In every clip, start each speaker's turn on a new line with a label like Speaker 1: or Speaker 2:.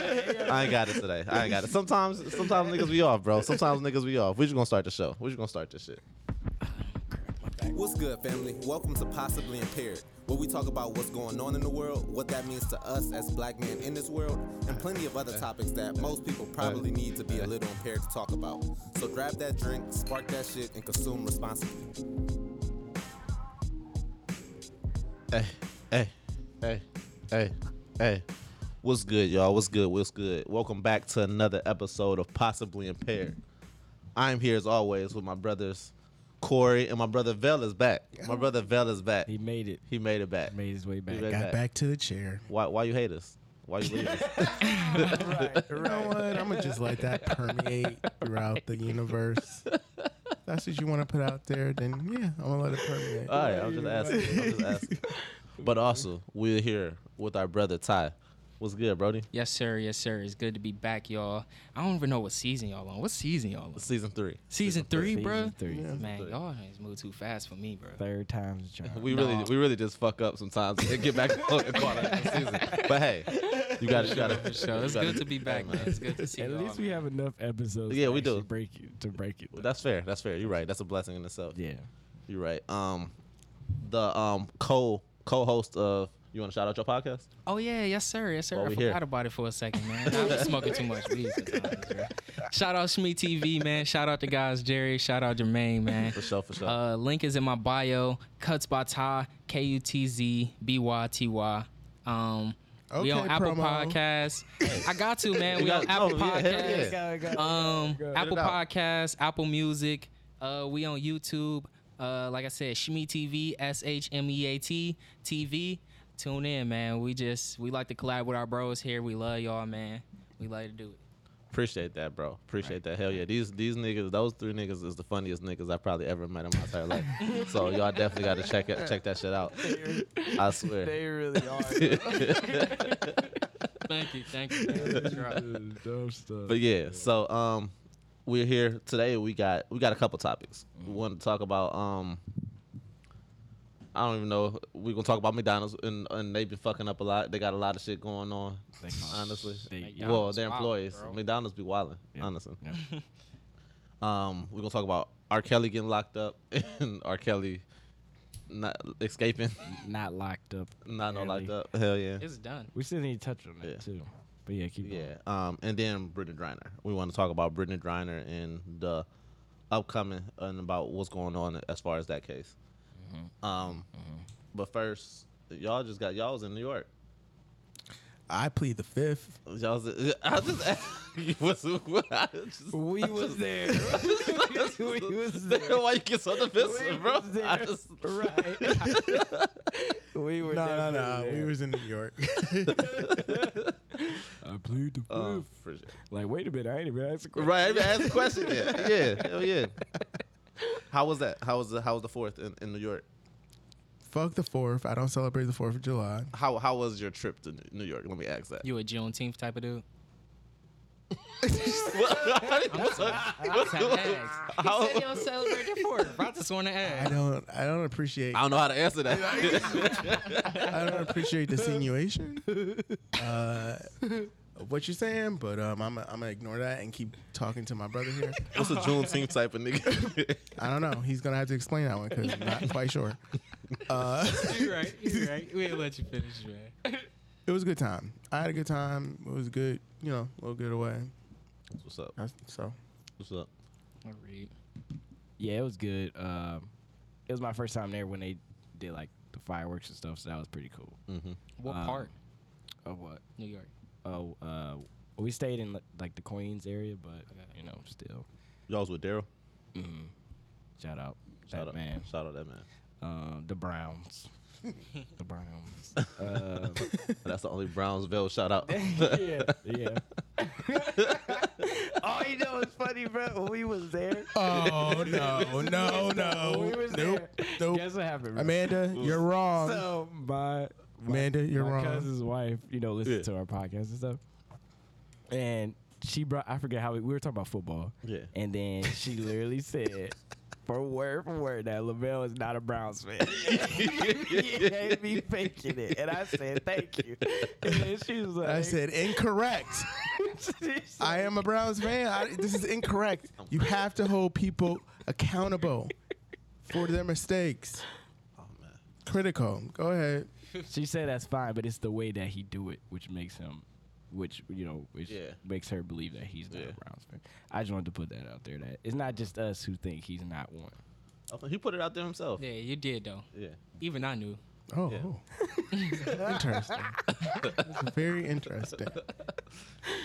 Speaker 1: I ain't got it today. I ain't got it. Sometimes, sometimes niggas be off, bro. Sometimes niggas be off. We just gonna start the show. We just gonna start this shit.
Speaker 2: What's good, family? Welcome to Possibly Impaired, where we talk about what's going on in the world, what that means to us as black men in this world, and plenty of other topics that most people probably need to be a little impaired to talk about. So grab that drink, spark that shit, and consume responsibly.
Speaker 1: Hey, hey, hey, hey, hey. What's good, y'all? What's good? What's good? Welcome back to another episode of Possibly Impaired. I'm here as always with my brothers Corey and my brother Vel is back. My brother Vel is back.
Speaker 3: He made it.
Speaker 1: He made it back.
Speaker 3: Made his way
Speaker 1: He
Speaker 3: back.
Speaker 1: made it
Speaker 4: Got back to the chair.
Speaker 1: Why? Why you hate us? Why you leave us?
Speaker 4: You know what? I'm gonna just let that permeate throughout the universe. If That's what you want to put out there. Then yeah, I'm gonna let it permeate.
Speaker 3: Uh,
Speaker 1: All right, I'm just asking. I'm just asking. But also, we're here with our brother Ty. What's good, Brody?
Speaker 5: Yes, sir. Yes, sir. It's good to be back, y'all. I don't even know what season y'all on. What season y'all on?
Speaker 1: Season three.
Speaker 5: Season three, bro.
Speaker 3: Three.
Speaker 4: Yeah.
Speaker 5: Man,
Speaker 1: three.
Speaker 5: y'all just move too fast for me, bro.
Speaker 3: Third time's the charm.
Speaker 1: We really,
Speaker 5: Nah.
Speaker 1: we really just fuck up sometimes and get back on the quality of the season. But hey, you got to, you got to.
Speaker 5: For sure. It's good to be back, man. It's good to see
Speaker 3: At
Speaker 5: y'all.
Speaker 3: least we have enough episodes.
Speaker 1: Yeah,
Speaker 3: to
Speaker 1: we
Speaker 3: actually
Speaker 1: do.
Speaker 3: Break it to break it.
Speaker 1: That's fair. That's fair. You're right. That's a blessing in itself.
Speaker 3: yeah.
Speaker 1: You're right. Um, the um co co-host of you want to shout out your podcast?
Speaker 5: Oh yeah, yes sir, yes sir.
Speaker 1: While
Speaker 5: I
Speaker 1: we
Speaker 5: forgot
Speaker 1: here.
Speaker 5: about it for a second, man. I was smoking too much weed. sometimes, bro. Shout out Shmee TV, man. Shout out the guys Jerry. Shout out Jermaine, man.
Speaker 1: For sure, for sure.
Speaker 5: Uh, link is in my bio. Cuts by Ty, K U T Z B Y T Y. Um, we on
Speaker 4: Okay,
Speaker 5: Apple
Speaker 4: promo.
Speaker 5: Podcasts. I got to man.
Speaker 1: You
Speaker 5: We on
Speaker 1: got-
Speaker 5: Apple
Speaker 1: no, oh, yeah, hell
Speaker 5: Podcasts.
Speaker 1: yeah.
Speaker 5: Um, Apple
Speaker 1: it out.
Speaker 5: Podcasts, Apple Music. Uh, we on YouTube. Uh, like I said, Shmee TV, S H M E A T TV. Tune in, man. We just we like to collab with our bros here. We love y'all, man. We like to do it.
Speaker 1: Appreciate that, bro. Appreciate that. Hell yeah. These these niggas, those three niggas is the funniest niggas I probably ever met in my entire life. so y'all definitely gotta check it, check that shit out. I swear.
Speaker 3: really are.
Speaker 5: Thank you, thank you. thank you. That's right.
Speaker 3: Dumb stuff.
Speaker 1: But yeah, so um we're here today. We got we got a couple topics.
Speaker 5: Mm-hmm.
Speaker 1: We want to talk about um I don't even know. We're gonna talk about McDonald's and, and they've been fucking up a lot. They got a lot of shit going on.
Speaker 3: They call it
Speaker 1: Honestly.
Speaker 3: steak.
Speaker 5: Yeah.
Speaker 1: well, their
Speaker 5: wild,
Speaker 1: employees.
Speaker 5: bro.
Speaker 1: McDonald's be wilding,
Speaker 3: Yeah.
Speaker 1: honestly.
Speaker 3: Yeah.
Speaker 1: Um, we're gonna talk about R. Kelly getting locked up and R. Kelly not escaping,
Speaker 3: Not locked up.
Speaker 1: not no
Speaker 3: barely.
Speaker 1: locked up. Hell yeah,
Speaker 5: It's done.
Speaker 3: We still need to touch on that
Speaker 1: Yeah.
Speaker 3: too. But yeah, keep going.
Speaker 1: yeah. Um, and then Brittany Griner. We want to talk about Brittany Griner and the upcoming and about what's going on as far as that case. Um, but first, y'all just got y'all was in New York.
Speaker 4: I plead the fifth.
Speaker 1: Y'all, was, I just asked you what's what. I just-
Speaker 3: We was there. we was there.
Speaker 1: Why you get so defensive, bro?
Speaker 3: was there.
Speaker 1: I just,
Speaker 3: Right. we were
Speaker 4: No, no, no.
Speaker 3: definitely
Speaker 4: We
Speaker 3: there.
Speaker 4: was in New York.
Speaker 3: I plead the
Speaker 1: uh,
Speaker 3: fifth. Like, wait a minute, I ain't even asked a question.
Speaker 1: Right, I didn't ask the question. Yeah, yeah, hell yeah. How was that? How was the How was the fourth in, in New York?
Speaker 4: Fuck the fourth. I don't celebrate the fourth of July.
Speaker 1: How How was your trip to New York? Let me ask that.
Speaker 5: You a Juneteenth type of dude?
Speaker 1: What's-
Speaker 5: Type of ass.
Speaker 1: how-
Speaker 5: He said he don't celebrate the fourth. bro. I just want to
Speaker 4: I
Speaker 5: ask.
Speaker 4: don't. I don't appreciate.
Speaker 1: I don't know how to answer that.
Speaker 4: I don't appreciate the insinuation. Uh, of what you're saying, but um, I'm. I'm gonna ignore that and keep talking to my brother here.
Speaker 1: What's a Juneteenth type of nigga?
Speaker 4: I don't know. He's gonna have to explain that one because I'm not quite sure. Uh,
Speaker 5: You're right. You're right. We ain't let you finish, man.
Speaker 4: it was a good time. I had a good time. It was good. You know, a little good away.
Speaker 1: What's up?
Speaker 4: That's- So
Speaker 1: What's up?
Speaker 5: I'll read.
Speaker 3: Yeah, it was good. Um, it was my first time there when they did like the fireworks and stuff, so that was pretty cool.
Speaker 1: Mm-hmm.
Speaker 5: What
Speaker 3: Um,
Speaker 5: part?
Speaker 3: Of what?
Speaker 5: New York.
Speaker 3: Oh, uh, we stayed in li- like the Queens area, but you know, still.
Speaker 1: Y'all was with Daryl.
Speaker 3: Mm, shout out,
Speaker 1: Shout
Speaker 3: that
Speaker 1: out,
Speaker 3: man.
Speaker 1: Shout out that man.
Speaker 3: Um, the Browns. the Browns. Um,
Speaker 1: That's the only Brownsville shout out.
Speaker 3: yeah, yeah. All you know is funny, bro. We was there.
Speaker 4: Oh no,
Speaker 3: We
Speaker 4: no, no.
Speaker 3: was
Speaker 4: Nope.
Speaker 3: there.
Speaker 4: Nope.
Speaker 3: Guess what happened, bro?
Speaker 4: Amanda, you're wrong.
Speaker 3: So my, my
Speaker 4: Amanda, you're
Speaker 3: my
Speaker 4: wrong.
Speaker 3: cousin's wife, you know, listens
Speaker 1: Yeah.
Speaker 3: to our podcast and stuff, and she brought. I forget how we, we were talking about football.
Speaker 1: Yeah.
Speaker 3: And then she literally said, for word for word, that Lavelle is not a Browns fan. he had me faking it, and I said, "Thank you." And then she was like,
Speaker 4: I said incorrect. I am a Browns fan. I, this is incorrect. You have to hold people accountable for their mistakes. Critical. Go ahead.
Speaker 3: she said that's fine, but it's the way that he do it, which makes him, which you know, which
Speaker 1: Yeah.
Speaker 3: makes her believe that he's not
Speaker 1: Yeah.
Speaker 3: a Browns fan. I just wanted to put that out there. That it's not just us who think he's not one.
Speaker 1: Oh, He put it out there himself.
Speaker 5: Yeah, you did though.
Speaker 1: Yeah.
Speaker 5: Even I knew.
Speaker 4: Oh,
Speaker 1: Yeah.
Speaker 4: oh. interesting. That's very interesting.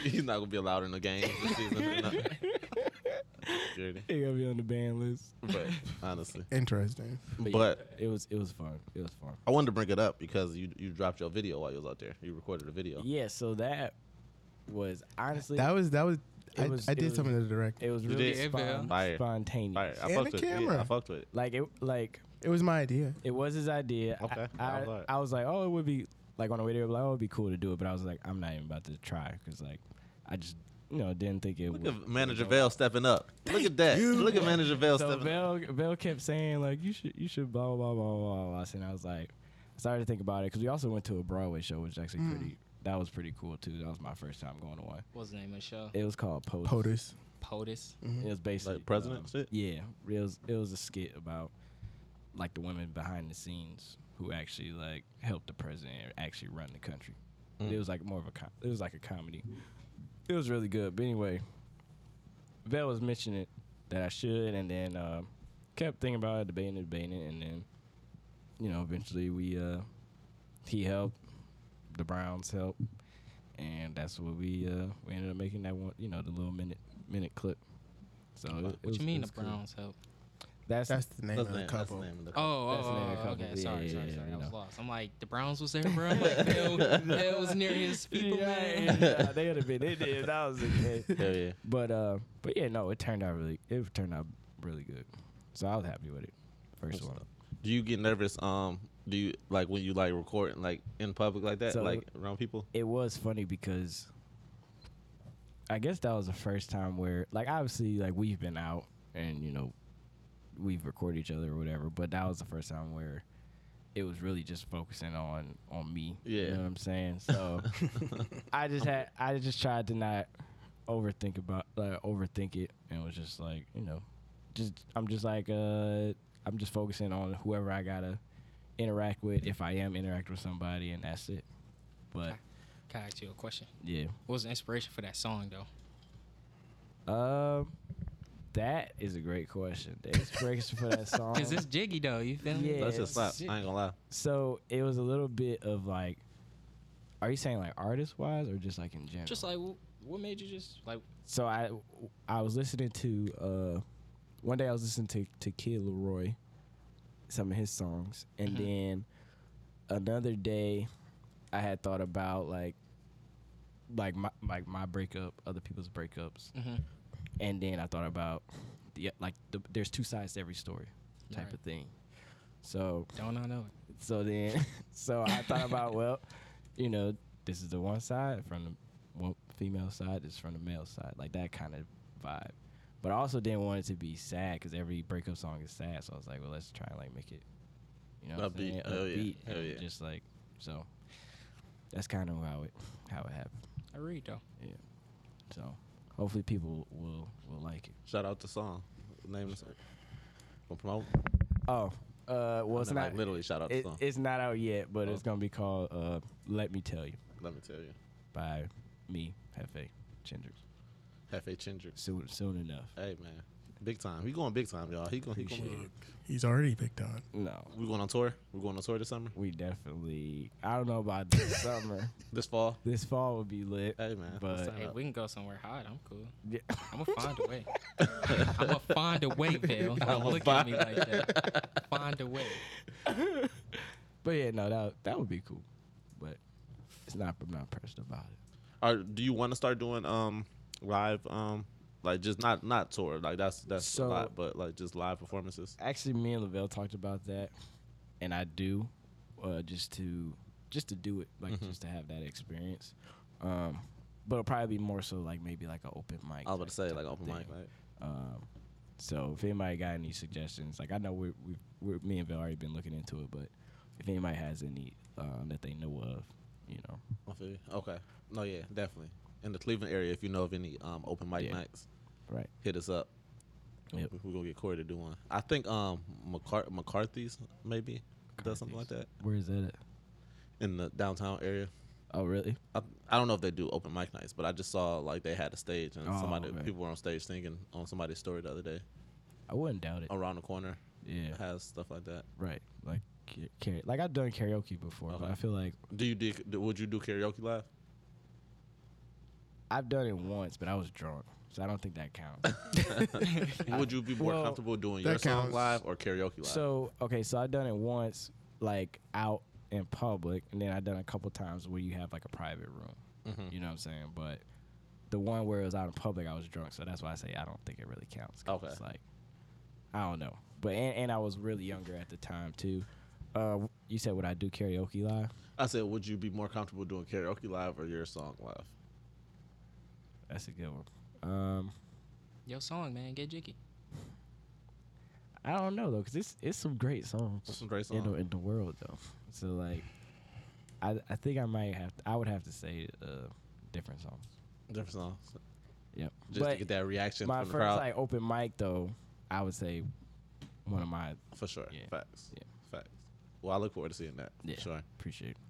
Speaker 1: He's not gonna be allowed in the game this season. or nothing. Security.
Speaker 3: He gonna be on the ban list.
Speaker 1: But honestly,
Speaker 4: Interesting.
Speaker 3: But,
Speaker 1: but
Speaker 3: yeah, it was it was fun. It was fun.
Speaker 1: I wanted to bring it up because you you dropped your video while you was out there. You recorded a video.
Speaker 3: Yeah, so that was honestly
Speaker 4: That was that was.
Speaker 3: It
Speaker 4: I,
Speaker 3: was-
Speaker 4: I
Speaker 3: it
Speaker 4: did
Speaker 3: was-
Speaker 4: something to direct. It,
Speaker 3: it was
Speaker 1: You
Speaker 3: really
Speaker 1: did.
Speaker 3: spon-
Speaker 1: Fire.
Speaker 3: spontaneous.
Speaker 1: Fire. I
Speaker 4: And
Speaker 1: fucked
Speaker 4: the
Speaker 1: with it. Yeah, I
Speaker 4: camera.
Speaker 1: fucked with it.
Speaker 3: Like it like
Speaker 4: was my idea.
Speaker 3: it was his idea. I-
Speaker 1: Okay,
Speaker 3: I,
Speaker 1: I was like-
Speaker 3: I was like, oh, it would be like on the radio, like, oh, it'd be cool to do it, but I was like, I'm not even about to try because like I just you know didn't think it
Speaker 1: Look
Speaker 3: would.
Speaker 1: at Manager Vale stepping up. Look at that. Look at Manager Vale
Speaker 3: So
Speaker 1: stepping up.
Speaker 3: Bell Bell kept saying like you should you should blah blah blah blah blah, and I was like, I started to think about it because we also went to a Broadway show, which is actually pretty. That was pretty cool too. That was my first time going to one.
Speaker 5: What was the name of the show?
Speaker 3: It was called POTUS.
Speaker 4: POTUS.
Speaker 5: POTUS.
Speaker 3: It was basically
Speaker 1: Mm-hmm.
Speaker 3: um,
Speaker 1: Like president shit?
Speaker 3: Yeah, it was it was a skit about like the women behind the scenes who actually like helped the president actually run the country.
Speaker 1: Mm.
Speaker 3: It was like more of a com- it was like a comedy. It was really good. But anyway, Vel was mentioning it that I should, and then uh, kept thinking about it, debating it, debating it, and then you know eventually we uh, he helped, the Browns helped, and that's what we uh, we ended up making that one you know the little minute minute clip. So it, it
Speaker 5: What
Speaker 3: was-
Speaker 5: you mean
Speaker 3: it was
Speaker 5: the
Speaker 3: cool.
Speaker 5: Browns help?
Speaker 3: That's,
Speaker 4: That's the name
Speaker 1: That's the
Speaker 4: of the
Speaker 1: name- that's the
Speaker 4: couple.
Speaker 1: name of the
Speaker 5: Oh,
Speaker 1: couple.
Speaker 5: oh,
Speaker 3: That's the name of the
Speaker 5: oh,
Speaker 3: company.
Speaker 5: okay.
Speaker 3: Yeah,
Speaker 5: sorry,
Speaker 3: yeah,
Speaker 5: sorry,
Speaker 3: yeah,
Speaker 5: sorry.
Speaker 3: you
Speaker 5: I was
Speaker 3: know.
Speaker 5: lost. I'm like, the Browns was there, bro. I'm like, hell, hell was near his people, man.
Speaker 3: yeah, they would have been in there. if That was the case.
Speaker 1: Hell yeah.
Speaker 3: But uh, but yeah, no, it turned out really. It turned out really good. So I was happy with it. First one.
Speaker 1: Do you get nervous? Um, do you like when you like recording like in public like that,
Speaker 3: So-
Speaker 1: like around people?
Speaker 3: It was funny because I guess that was the first time where, like, obviously, like we've been out and you know we've recorded each other or whatever, but that was the first time where it was really just focusing on on me. you
Speaker 1: Yeah.
Speaker 3: know what I'm saying. So I just had I just tried to not overthink about like overthink it and was just like you know just I'm just like uh I'm just focusing on whoever I gotta interact with if I am interacting with somebody and that's it. But
Speaker 5: Can I ask you a question?
Speaker 3: yeah,
Speaker 5: What was the inspiration for that song, though?
Speaker 3: um, that is a great question. The inspiration for that song.
Speaker 5: Because it's jiggy, though. You feel me?
Speaker 3: Um, Yeah.
Speaker 1: That's just slap. I
Speaker 5: shit.
Speaker 1: ain't gonna lie.
Speaker 3: So it was a little bit of like, are you saying like artist wise or just like in general?
Speaker 5: Just like, wh- what made you just, like,
Speaker 3: so I I was listening to uh one day I was listening to to Kid Leroy some of his songs and
Speaker 5: Mhm.
Speaker 3: then another day I had thought about like like my like my breakup other people's breakups
Speaker 5: mm-hmm.
Speaker 3: and then I thought about the like the, there's two sides to every story type
Speaker 5: Right.
Speaker 3: of thing so
Speaker 5: don't I know
Speaker 3: so then, so I thought about, well, you know, this is the one side from the one female side, this is from the male side, like that kind of vibe. But I also didn't want it to be sad because every breakup song is sad. So I was like, well, let's try and like make it, you know, what I'm
Speaker 1: Upbeat.
Speaker 3: saying?
Speaker 1: Hell yeah.
Speaker 3: upbeat,
Speaker 1: Hell
Speaker 3: and
Speaker 1: yeah.
Speaker 3: just like so. That's kind of how it how it happened.
Speaker 5: it? I read, though.
Speaker 3: So hopefully people will will like it.
Speaker 1: Shout out the song. Name the song. Gonna promote.
Speaker 3: Oh, uh, well,
Speaker 1: I
Speaker 3: it's
Speaker 1: mean,
Speaker 3: not
Speaker 1: like, literally shout out the
Speaker 3: it,
Speaker 1: song.
Speaker 3: it's not out yet, but
Speaker 1: Oh.
Speaker 3: it's gonna be called uh, "Let Me Tell You"
Speaker 1: Let me tell you.
Speaker 3: by me, Hefe Gendrix.
Speaker 1: Hefe Chinger.
Speaker 3: soon soon enough.
Speaker 1: Hey man, big time. He going big time, y'all. He going. He going.
Speaker 4: He's already picked on.
Speaker 3: No,
Speaker 1: We going on tour. We're going on tour this summer.
Speaker 3: we definitely. I don't know about this summer.
Speaker 1: This fall.
Speaker 3: This fall would be lit.
Speaker 1: Hey man.
Speaker 3: But-
Speaker 1: let's turn
Speaker 5: Hey,
Speaker 1: up.
Speaker 5: we can go somewhere hot. I'm cool.
Speaker 3: Yeah.
Speaker 5: I'm gonna find a way. I'm gonna find a way, Bill. Don't look at me like that. Find a way.
Speaker 3: But yeah, no, that that would be cool. But it's not. I'm not pressed about it.
Speaker 1: Are, do you want to start doing um live um like just not not tour like that's that's a
Speaker 3: So-
Speaker 1: lot but like just live performances.
Speaker 3: Actually, me and Lavelle talked about that, and I do, uh, just to just to do it, like
Speaker 1: Mm-hmm.
Speaker 3: just to have that experience. Um, but it'll probably be more so like maybe like an open mic.
Speaker 1: I was about
Speaker 3: type-
Speaker 1: to say
Speaker 3: type
Speaker 1: like
Speaker 3: of
Speaker 1: open
Speaker 3: thing.
Speaker 1: mic. Like,
Speaker 3: Um, so if anybody got any suggestions, like I know we we we're, me and Bill already been looking into it, but if anybody has any um, that they know of, you know,
Speaker 1: I feel you. Okay. No, yeah, definitely. in the Cleveland area, if you know of any um, open mic
Speaker 3: Yeah.
Speaker 1: nights,
Speaker 3: Right.
Speaker 1: hit us up.
Speaker 3: Yep.
Speaker 1: We're gonna get Corey to do one. I think um McCart- McCarthy's maybe does something like that
Speaker 3: Where is that at?
Speaker 1: in the downtown area.
Speaker 3: Oh, really?
Speaker 1: I, I don't know if they do open mic nights, but I just saw like they had a stage and
Speaker 3: Oh,
Speaker 1: somebody
Speaker 3: okay.
Speaker 1: people were on stage singing on somebody's story the other day.
Speaker 3: I wouldn't doubt it.
Speaker 1: Around the corner
Speaker 3: yeah.
Speaker 1: has stuff like that.
Speaker 3: Right. Like, ca- karaoke. like I've done karaoke before, but
Speaker 1: Okay.
Speaker 3: I feel like
Speaker 1: Do you do, do- would you do karaoke live?
Speaker 3: I've done it once, but I was drunk, so I don't think that counts.
Speaker 1: would you be more
Speaker 3: well,
Speaker 1: comfortable doing
Speaker 4: that
Speaker 1: your song
Speaker 4: counts.
Speaker 1: live or karaoke live?
Speaker 3: so okay, so I've done it once, like out in public, and then I've done a couple times where you have like a private room.
Speaker 1: Mm-hmm.
Speaker 3: You know what I'm saying? But the one where it was out in public, I was drunk, so that's why I say I don't think it really counts. 'cause
Speaker 1: Okay.
Speaker 3: It's like I don't know, but and, and I was really younger at the time too. Uh, you said would I do karaoke live?
Speaker 1: I said, would you be more comfortable doing karaoke live or your song live?
Speaker 3: That's a good one. Um,
Speaker 5: Yo, song, man, get jiggy.
Speaker 3: I don't know though, cause it's it's some great songs.
Speaker 1: That's some great
Speaker 3: in the,
Speaker 1: song.
Speaker 3: in the world though. So like, I I think I might have to, I would have to say uh, different songs.
Speaker 1: Different songs.
Speaker 3: Yep.
Speaker 1: Just to get that reaction
Speaker 3: my
Speaker 1: from
Speaker 3: first
Speaker 1: the crowd.
Speaker 3: like open mic though, I would say one of my
Speaker 1: for sure.
Speaker 3: Yeah.
Speaker 1: Facts.
Speaker 3: Yeah.
Speaker 1: Facts. Well, I look forward to seeing that.
Speaker 3: Yeah.
Speaker 1: For sure.
Speaker 3: appreciate.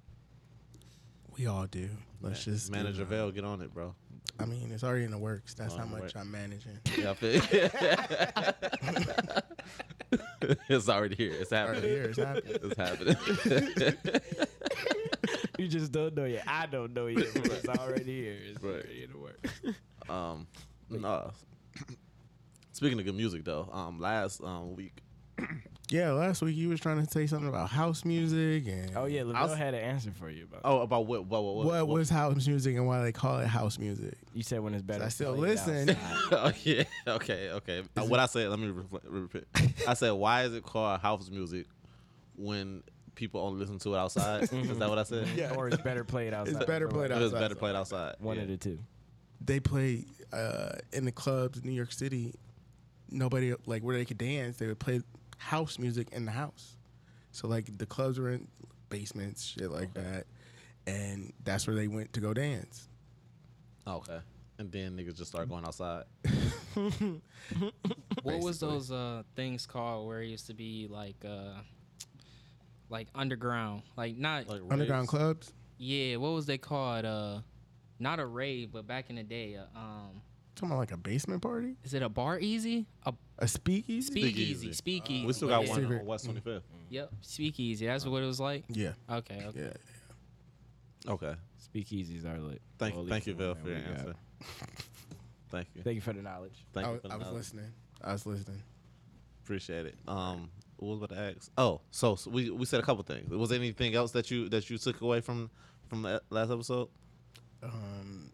Speaker 4: We all do. Let's
Speaker 1: Yeah.
Speaker 4: just do
Speaker 1: Manager
Speaker 4: it.
Speaker 1: Vale, get on it, bro.
Speaker 4: I mean, it's already in the works. That's
Speaker 1: Oh,
Speaker 4: how
Speaker 1: in the
Speaker 4: much
Speaker 1: works.
Speaker 4: I'm managing.
Speaker 1: Yeah, I feel- it's already here. It's happening.
Speaker 4: Already here, it's happening.
Speaker 1: It's happening.
Speaker 3: you just don't know yet. I don't know yet. but it's already here. It's
Speaker 1: Right.
Speaker 3: already in the work.
Speaker 1: um, no. Speaking of good music, though, um, last um week
Speaker 4: Yeah, last week you was trying to say something about house music and
Speaker 3: Oh yeah,
Speaker 1: I'll
Speaker 3: Lavelle
Speaker 1: s-
Speaker 3: had an answer for you about.
Speaker 1: Oh, about what? What? What?
Speaker 4: what, was house music and why they call it house music.
Speaker 3: You said when it's better.
Speaker 4: I
Speaker 3: to
Speaker 4: still
Speaker 3: play it
Speaker 4: listen.
Speaker 3: outside.
Speaker 1: oh yeah. Okay. Okay. Uh, what I said. Let me refl- repeat. I said, why is it called house music when people only listen to it outside? is that what I said?
Speaker 4: Mm-hmm. Yeah.
Speaker 3: Or it's better played outside.
Speaker 4: It's better
Speaker 3: Or
Speaker 4: played
Speaker 1: It
Speaker 4: outside.
Speaker 1: was better played outside.
Speaker 3: One
Speaker 1: yeah.
Speaker 3: of the two.
Speaker 4: They play uh, in the clubs in New York City. Nobody like where they could dance. They would play house music in the house. So like the clubs were in basements, shit like that, and that's where they went to go dance.
Speaker 1: Oh, Okay. And then niggas just start going outside.
Speaker 5: What was
Speaker 1: Basically.
Speaker 5: those uh, things called where it used to be like uh, like underground? Like not
Speaker 1: Like
Speaker 4: Underground
Speaker 1: raves.
Speaker 4: clubs.
Speaker 5: yeah, what was they called? Uh not a rave, but back in the day, uh, um
Speaker 4: Talking about like a basement party,
Speaker 5: is it a bar easy? A
Speaker 4: a speakeasy.
Speaker 1: Speakeasy.
Speaker 5: speakeasy. Speakeasy.
Speaker 1: Uh, We still got
Speaker 5: yeah.
Speaker 1: one
Speaker 4: Secret.
Speaker 1: on West Twenty Fifth.
Speaker 5: Yep. Speakeasy. That's what it was like.
Speaker 4: yeah,
Speaker 5: Okay. okay.
Speaker 4: yeah. Mm-hmm.
Speaker 1: Okay.
Speaker 3: Speakeasies are lit.
Speaker 1: Thank
Speaker 3: Well,
Speaker 1: you.
Speaker 3: at
Speaker 1: Thank
Speaker 3: least
Speaker 1: you,
Speaker 3: the
Speaker 1: Bill,
Speaker 3: one
Speaker 1: for
Speaker 3: that
Speaker 1: your
Speaker 3: we got.
Speaker 1: answer. Thank you.
Speaker 3: Thank you for the knowledge.
Speaker 1: Thank
Speaker 4: I
Speaker 1: you.
Speaker 4: was,
Speaker 1: for the
Speaker 4: I was
Speaker 1: knowledge.
Speaker 4: listening. I was listening.
Speaker 1: Appreciate it. Um, what was I about to ask? Oh, so, so we we said a couple things. Was there anything else that you that you took away from from the e-, last episode?
Speaker 4: Um,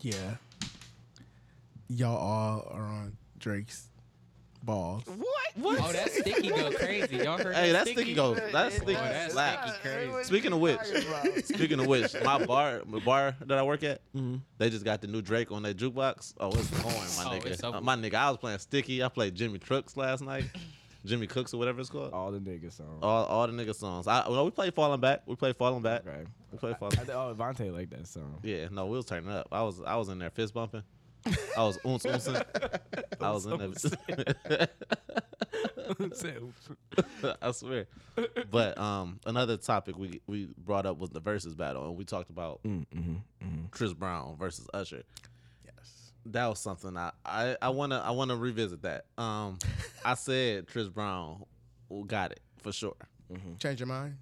Speaker 4: yeah. Y'all all are on Drake's balls.
Speaker 5: Oh, that sticky go crazy. Y'all heard
Speaker 1: Hey,
Speaker 5: that
Speaker 1: that's sticky goes. That's sticky
Speaker 5: that's
Speaker 1: slaps.
Speaker 5: sticky crazy.
Speaker 1: Speaking of which, speaking of which, my bar, my bar that I work at,
Speaker 5: Mm-hmm.
Speaker 1: they just got the new Drake on that jukebox. Oh, it's going, my
Speaker 5: Oh, it's
Speaker 1: nigga.
Speaker 5: over.
Speaker 1: Uh, my nigga, I was playing Sticky. I played Jimmy Crooks last night, Jimmy Cooks or whatever it's called.
Speaker 3: All the niggas songs.
Speaker 1: All, all the nigga songs. I well, we played Falling Back. We played Falling Back.
Speaker 3: Okay.
Speaker 1: We played
Speaker 3: I
Speaker 1: Falling.
Speaker 3: think, oh, Avante like that song.
Speaker 1: Yeah, no, we was turning up. I was I was in there fist bumping. I was oons oonsing. I was in there. I swear. But um, another topic we we brought up was the versus battle, and we talked about
Speaker 3: Mm. Mm-hmm,
Speaker 1: Chris Brown versus Usher.
Speaker 4: Yes.
Speaker 1: That was something I I, I wanna I wanna revisit that. Um, I said Chris Brown got it for sure.
Speaker 4: Change your mind?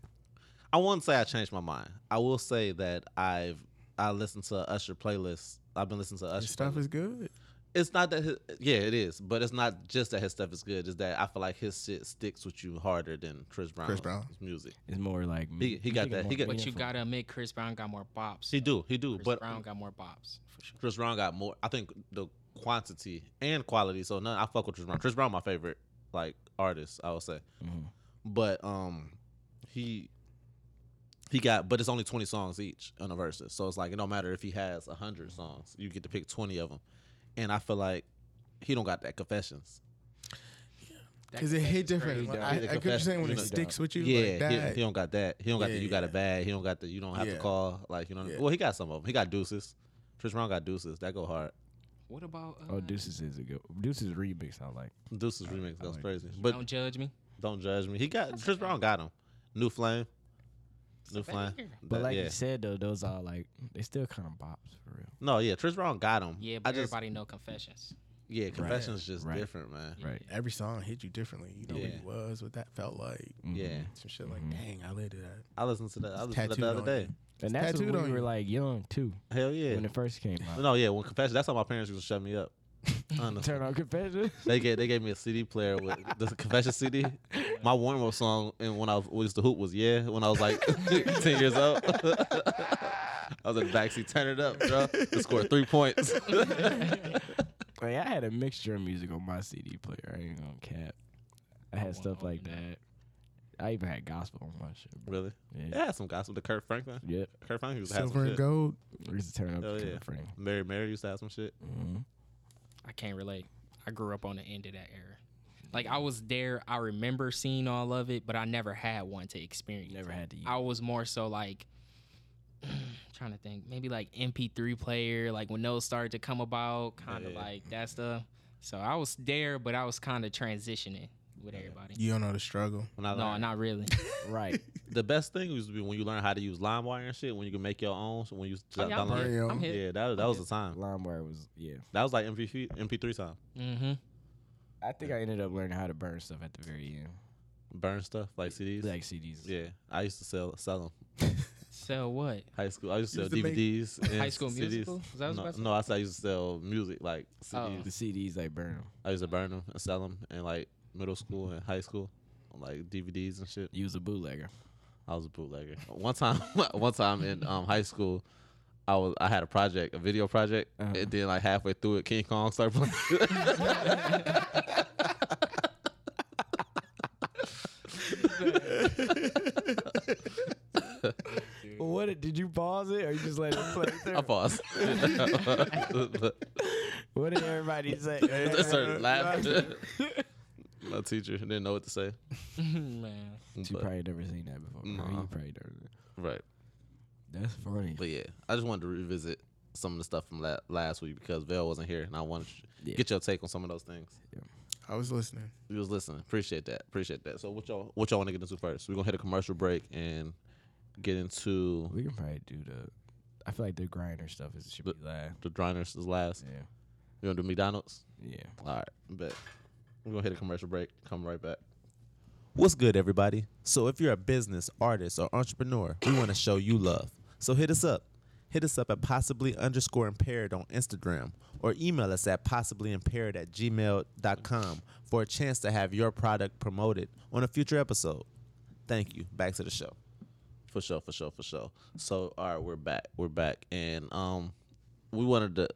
Speaker 1: I won't say I changed my mind. I will say that I've I listened to Usher playlists. I've been listening to Usher
Speaker 4: Your stuff
Speaker 1: playlists.
Speaker 4: is good.
Speaker 1: It's not that his, yeah, it is, but it's not just that his stuff is good. It's that I feel like his shit sticks with you harder than Chris Brown's
Speaker 4: Brown.
Speaker 1: music.
Speaker 3: It's more like
Speaker 1: He- he got that- he got-
Speaker 5: But you gotta admit, Chris Brown got more bops.
Speaker 1: He do, he do,
Speaker 5: Chris
Speaker 1: but
Speaker 5: Brown got more bops for sure.
Speaker 1: Chris Brown got more. I think the quantity and quality. So none. I fuck with Chris Brown. Chris Brown, my favorite like artist, I would say.
Speaker 3: Mhm.
Speaker 1: But um, he he got, but it's only twenty songs each on a versus. So it's like it don't matter if he has hundred songs, you get to pick twenty of them. And I feel like he don't got that confessions.
Speaker 5: That
Speaker 4: Because it
Speaker 5: confession's
Speaker 4: hit different.
Speaker 5: crazy.
Speaker 4: When-
Speaker 3: Yeah,
Speaker 4: I,
Speaker 1: the
Speaker 4: I keep saying when
Speaker 1: confession.
Speaker 4: it sticks with you
Speaker 1: yeah,
Speaker 4: like
Speaker 1: he-
Speaker 4: that.
Speaker 1: He, don't got that. He don't got
Speaker 4: Yeah,
Speaker 1: the you got
Speaker 4: yeah.
Speaker 1: it bad. He don't got the you don't have
Speaker 4: Yeah.
Speaker 1: to call. Like you know,
Speaker 4: Yeah.
Speaker 1: well he got some of them. He got deuces. Trish Brown got deuces. That go hard.
Speaker 5: What about uh,
Speaker 3: Oh, Deuces is a good. Deuces remix I like.
Speaker 1: Deuces remix
Speaker 3: I
Speaker 1: goes
Speaker 3: like
Speaker 1: crazy. But
Speaker 5: Don't judge me.
Speaker 1: don't judge me. He got Trish Brown got him. New Flame. New Flame.
Speaker 5: banger.
Speaker 3: But
Speaker 1: That-
Speaker 3: like
Speaker 1: yeah.
Speaker 3: you said though, those are like they still kind of bops for real.
Speaker 1: no, yeah, Trish Brown got him.
Speaker 5: Yeah, but
Speaker 1: I just
Speaker 5: everybody know confessions.
Speaker 1: yeah, Confessions just
Speaker 3: Right.
Speaker 1: different, man.
Speaker 3: Right.
Speaker 4: Every song hit you differently. You know what
Speaker 1: Yeah.
Speaker 4: it was, what that felt like.
Speaker 3: Mm-hmm.
Speaker 1: Yeah,
Speaker 4: Some shit like, dang, I lived it. out."
Speaker 1: I listened to that. I
Speaker 4: It's
Speaker 1: listened to that the
Speaker 4: tattooed
Speaker 1: other
Speaker 4: on
Speaker 1: day.
Speaker 4: you.
Speaker 3: And that's
Speaker 4: tattooed
Speaker 3: when
Speaker 4: on
Speaker 3: we were
Speaker 4: you.
Speaker 3: like young too
Speaker 1: Hell yeah.
Speaker 3: when it first came out.
Speaker 1: no, yeah, when Confessions. That's how my parents used to shut me up. Honestly.
Speaker 3: Turn on confession.
Speaker 1: They gave they gave me a CD player with the confession CD. My warm up song and when I was was the hoop was yeah. When I was like ten years old, I was in the backseat, turn it up, bro. To score three points.
Speaker 3: Like, I had a mixture of music on my CD player. I ain't gonna cap. I had stuff like that. I even had gospel on my shit. Bro.
Speaker 1: really?
Speaker 3: Yeah.
Speaker 1: Yeah, some gospel. The Kurt Franklin.
Speaker 3: Yep.
Speaker 1: Kurt Franklin used to have
Speaker 4: Silver
Speaker 1: some
Speaker 4: and
Speaker 1: shit.
Speaker 4: gold.
Speaker 3: We used to turn up
Speaker 1: Hell
Speaker 3: the
Speaker 1: Oh, yeah.
Speaker 3: frame.
Speaker 1: Mary Mary used to have some shit.
Speaker 3: Mm-hmm.
Speaker 5: I can't relate. I grew up on the end of that era. Like I was there, I remember seeing all of it, but I never had one to experience.
Speaker 3: Never
Speaker 5: it.
Speaker 3: had to use
Speaker 5: I was more so like trying to think, maybe like MP3 player, like when those started to come about, kind of
Speaker 1: Yeah.
Speaker 5: like that stuff. So I was there, but I was kind of transitioning with everybody.
Speaker 4: You don't know the struggle.
Speaker 1: When I
Speaker 5: No,
Speaker 1: learned-
Speaker 5: not really.
Speaker 3: Right.
Speaker 1: the best thing used to be when you learn how to use LimeWire and shit. When you can make your own. So when you
Speaker 5: Oh, yeah, I'm
Speaker 1: download-
Speaker 5: hip. I'm hip.
Speaker 1: yeah, that that was the time.
Speaker 3: LimeWire was yeah.
Speaker 1: That was like MP3 MP3 time.
Speaker 5: Mm-hmm.
Speaker 3: I think I ended up learning how to burn stuff at the very end,
Speaker 1: Burn stuff like CDs.
Speaker 3: like CDs.
Speaker 1: yeah, I used to sell sell them.
Speaker 5: So what?
Speaker 1: High school. I used to sell
Speaker 4: Used to make-
Speaker 1: DVDs. and
Speaker 5: High School
Speaker 1: CDs.
Speaker 5: Musical? Is that what
Speaker 1: no,
Speaker 5: you was about to
Speaker 1: no, I said I used to sell music like CDs.
Speaker 3: The CDs like burn them.
Speaker 5: Oh.
Speaker 1: I used to burn them and sell them in like middle school and high school, like DVDs and shit.
Speaker 3: You was a bootlegger.
Speaker 1: I was a bootlegger. One time, one time in um, high school, I was I had a project, a video project,
Speaker 3: Uh-huh.
Speaker 1: and then like halfway through it, King Kong started playing.
Speaker 3: What did- did you pause it or you just let it play?
Speaker 1: I paused.
Speaker 3: What did everybody say?
Speaker 1: I started laughing. My teacher didn't know what to say.
Speaker 5: Man.
Speaker 3: You
Speaker 1: But-
Speaker 3: probably never seen that before. bro.
Speaker 1: Nuh-uh.
Speaker 3: You probably never.
Speaker 1: right.
Speaker 3: That's funny.
Speaker 1: But yeah, I just wanted to revisit some of the stuff from la- last week because Val wasn't here, and I wanted to
Speaker 3: Yeah.
Speaker 1: get your take on some of those things.
Speaker 4: I was listening.
Speaker 1: You was listening. Appreciate that. Appreciate that. So what y'all what y'all want to get into first? We're gonna hit a commercial break and get into
Speaker 3: We can probably do the. I feel like the grinder stuff is should be last.
Speaker 1: the Driners is last.
Speaker 3: Yeah,
Speaker 1: You gonna do McDonald's?
Speaker 3: yeah.
Speaker 1: All right, bet. We're gonna hit a commercial break. Come right back. What's good, everybody? So, if you're a business, artist, or entrepreneur, we want to show you love. So, hit us up. Hit us up at possibly underscore impaired on Instagram or email us at possibly impaired at gmail.com for a chance to have your product promoted on a future episode. Thank you. Back to the show. For sure, for sure, for sure. So, all right, we're back. We're back. And um, we wanted to,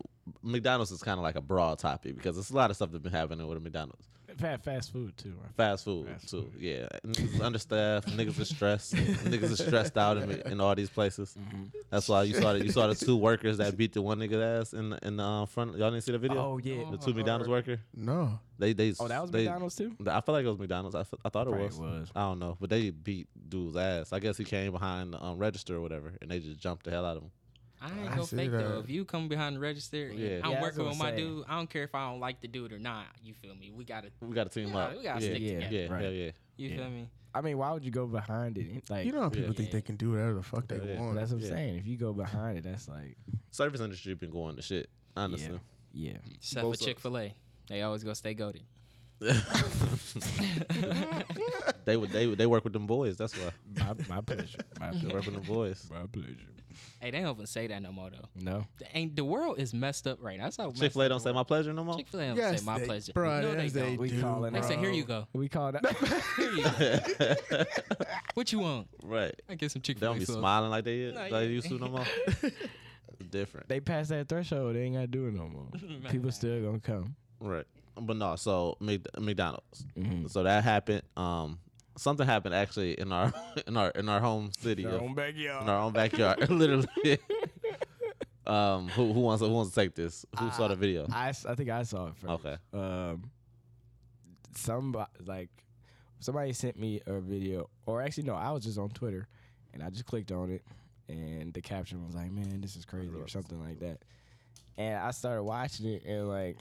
Speaker 1: McDonald's is kind of like a broad topic because it's a lot of stuff that's been happening with McDonald's
Speaker 3: Fast, fast food too. I
Speaker 1: fast food
Speaker 3: Fast
Speaker 1: too. Yeah, niggas is understaffed, niggas is stressed, niggas is stressed out in, in all these places.
Speaker 3: Mm-hmm.
Speaker 1: That's why you saw the, you saw the two workers that beat the one nigga ass in the- in the uh, front. Y'all didn't see the
Speaker 3: feel-
Speaker 1: video?
Speaker 3: Oh, yeah.
Speaker 1: the two
Speaker 5: Oh,
Speaker 1: McDonald's worker.
Speaker 4: No.
Speaker 1: They they.
Speaker 3: Oh, that was
Speaker 1: they-
Speaker 3: McDonald's too.
Speaker 1: I feel like it was McDonald's. I, fe- I thought it
Speaker 3: Probably
Speaker 1: was.
Speaker 3: was.
Speaker 1: I don't know, but they beat dude's ass. I guess he came behind the um, register or whatever, and they just jumped the hell out of him.
Speaker 5: I ain't
Speaker 4: I
Speaker 5: gonna
Speaker 4: see
Speaker 5: fake though.
Speaker 4: that.
Speaker 5: If you come behind the register, and
Speaker 1: Yeah.
Speaker 5: I'm
Speaker 3: Yeah, that's
Speaker 5: working
Speaker 3: what
Speaker 5: with
Speaker 3: I'm
Speaker 5: my
Speaker 3: saying.
Speaker 5: dude. I don't care if I don't like the dude or not. You feel me? We gotta,
Speaker 1: We got to team
Speaker 5: Yeah,
Speaker 1: up.
Speaker 5: we gotta
Speaker 1: yeah,
Speaker 5: stick
Speaker 1: yeah,
Speaker 5: together.
Speaker 1: yeah,
Speaker 3: Right.
Speaker 1: hell yeah.
Speaker 5: you
Speaker 3: Yeah.
Speaker 5: feel me?
Speaker 3: I mean, why would you go behind it? Like,
Speaker 4: You know how people
Speaker 1: Yeah.
Speaker 4: think they can do whatever the fuck they
Speaker 1: Yeah.
Speaker 4: want.
Speaker 3: that's what I'm
Speaker 1: Yeah.
Speaker 3: saying. If you go behind it, that's like,
Speaker 1: Service industry been going to shit. Honestly,
Speaker 3: yeah.
Speaker 5: Except for
Speaker 1: Both sides.
Speaker 5: Chick Fil A, they always gonna stay goaded.
Speaker 1: they would they would- they work with them boys. That's why
Speaker 3: My, my pleasure. My
Speaker 1: they work
Speaker 3: pleasure.
Speaker 1: with them boys.
Speaker 3: my pleasure.
Speaker 5: Hey, they don't even say that no more though.
Speaker 3: No.
Speaker 5: The- Ain't the world is messed up right now? That's how
Speaker 1: Chick Fil A don't say my pleasure no more.
Speaker 5: Chick Fil A don't
Speaker 4: Yes,
Speaker 5: say my
Speaker 4: they-
Speaker 5: pleasure.
Speaker 4: Bruh,
Speaker 5: no, they
Speaker 4: yes,
Speaker 5: don't.
Speaker 3: We
Speaker 4: do,
Speaker 3: calling
Speaker 5: They say
Speaker 4: bro.
Speaker 5: here you go.
Speaker 3: We call that.
Speaker 5: Here you go. what you want?
Speaker 1: right.
Speaker 5: I get some Chick
Speaker 1: They
Speaker 5: Fil A.
Speaker 1: don't be smiling like they
Speaker 5: Nah,
Speaker 1: like
Speaker 5: yeah.
Speaker 1: they used to no more. Different.
Speaker 3: they passed that threshold. They ain't got to do it no more. People still gonna come.
Speaker 1: Right. But no, so Mc- McDonald's.
Speaker 3: Mhm.
Speaker 1: So that happened. Um something happened actually in our in our in our home city.
Speaker 3: Mm-hmm.
Speaker 1: of- in our own backyard. literally. um who who wants to who wants to take this? Who saw the video?
Speaker 3: I, s- I think I saw it first.
Speaker 1: Okay.
Speaker 3: Um, somebody like somebody sent me a video, or actually no, I was just on Twitter, and I just clicked on it, and the caption was like, "Man, this is crazy" or something like that. and I started watching it, and like,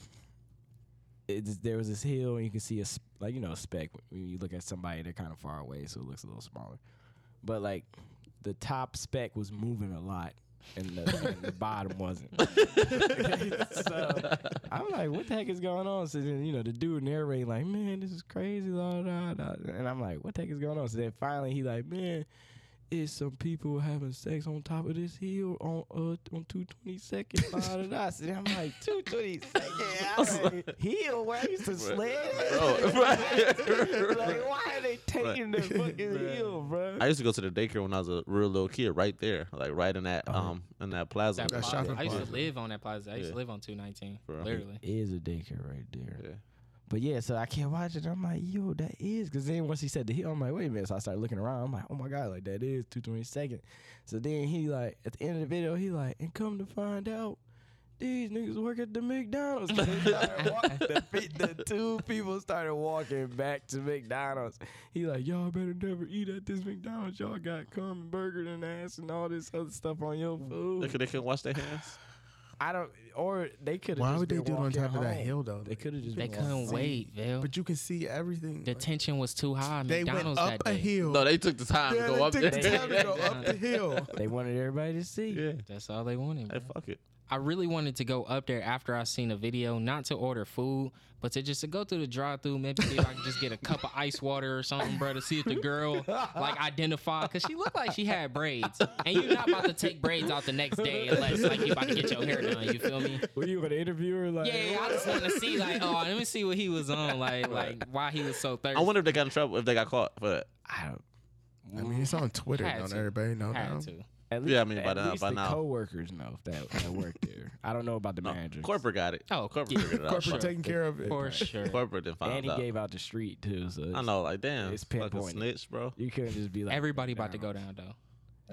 Speaker 3: it just, there was this hill, and you can see a s- like you know a speck when you look at somebody, they're kind of far away, so it looks a little smaller. But like, the top speck was moving a lot, and the, and the bottom wasn't. so I'm like, what the heck is going on? So then you know the dude narrating like, man, this is crazy, la da da, and I'm like, what the heck is going on? So then finally he like, man is some people having sex on top of this hill on uh on two twenty second. I'm like two twenty second hill where I used to sled.
Speaker 1: Bro, Oh, right.
Speaker 3: like why are they taking the fucking hill, bro?
Speaker 1: I used to go to the daycare when I was a real little kid, right there, like right in that um in that plaza.
Speaker 5: That
Speaker 4: That
Speaker 5: plaza.
Speaker 4: shopping
Speaker 5: I used to
Speaker 4: plaza.
Speaker 5: live on that plaza. I used to
Speaker 1: Yeah.
Speaker 5: live on 219,
Speaker 1: Bro.
Speaker 5: literally.
Speaker 3: is a daycare right there.
Speaker 1: Yeah.
Speaker 3: But yeah, so I can't watch it. I'm like, yo, that is. Because then once he said the hill, I'm like, wait a minute. So I started looking around. I'm like, oh my God, like that is 222nd. So then he, like, at the end of the video, he, like, and come to find out, these niggas work at the McDonald's. 'Cause they started walk- the, pe- the two people started walking back to McDonald's. He, like, y'all better never eat at this McDonald's. Y'all got cum and burger and ass and all this other stuff on your
Speaker 1: They
Speaker 3: food.
Speaker 1: could they could wash their hands.
Speaker 3: I don't, or they could have
Speaker 4: Why
Speaker 3: just
Speaker 4: would they
Speaker 3: been
Speaker 4: do it on
Speaker 3: walking
Speaker 4: top of that
Speaker 3: home.
Speaker 4: hill though?
Speaker 3: They could have just
Speaker 5: They
Speaker 3: been walking-
Speaker 5: couldn't wait, Bill.
Speaker 4: But you can see everything.
Speaker 5: The
Speaker 4: like,
Speaker 5: tension was too high.
Speaker 4: they went
Speaker 5: McDonald's
Speaker 4: up
Speaker 5: that
Speaker 4: a
Speaker 5: day.
Speaker 4: hill.
Speaker 1: No, Oh, they took the time
Speaker 4: yeah,
Speaker 1: to
Speaker 4: they
Speaker 1: go up
Speaker 4: took
Speaker 1: there.
Speaker 4: the time to go
Speaker 5: Yeah.
Speaker 4: up the hill.
Speaker 3: They wanted everybody to see.
Speaker 1: yeah.
Speaker 5: That's all they wanted.
Speaker 1: Hey,
Speaker 5: bro.
Speaker 1: fuck it.
Speaker 5: I really wanted to go up there after I seen a video, not to order food, but to just to go through the drive-through, maybe see if I could just get a cup of ice water or something, bro, to see if the girl like identified, cause she looked like she had braids, and you're not about to take braids out the next day unless like you about to get your hair done. You feel me?
Speaker 3: Were you gonna interview her? Like,
Speaker 5: Yeah, I just want to see like, oh, let me see what he was on, like, like why he was so thirsty.
Speaker 1: I wonder if they got in trouble if they got caught for that.
Speaker 3: I don't.
Speaker 4: I mean, it's on Twitter.
Speaker 5: Had
Speaker 4: Don't
Speaker 5: to.
Speaker 4: everybody know now?
Speaker 5: had to.
Speaker 3: At
Speaker 1: Yeah, I mean, by
Speaker 3: at
Speaker 1: now-
Speaker 3: least
Speaker 1: by
Speaker 3: the
Speaker 1: now.
Speaker 3: coworkers know that that work there. I don't know about the
Speaker 1: No,
Speaker 3: manager.
Speaker 1: corporate got it.
Speaker 5: Oh,
Speaker 1: corporate
Speaker 5: yeah,
Speaker 1: figured it out.
Speaker 4: Corporate
Speaker 5: sure.
Speaker 4: taking care of it.
Speaker 5: For sure.
Speaker 1: Corporate didn't
Speaker 3: and
Speaker 1: find
Speaker 3: he
Speaker 1: out.
Speaker 3: gave out the street too. So
Speaker 1: I know, like damn,
Speaker 3: It's
Speaker 1: fucking
Speaker 3: pinpointed.
Speaker 1: snitch, bro.
Speaker 3: you couldn't just be like
Speaker 5: Everybody about to go down though.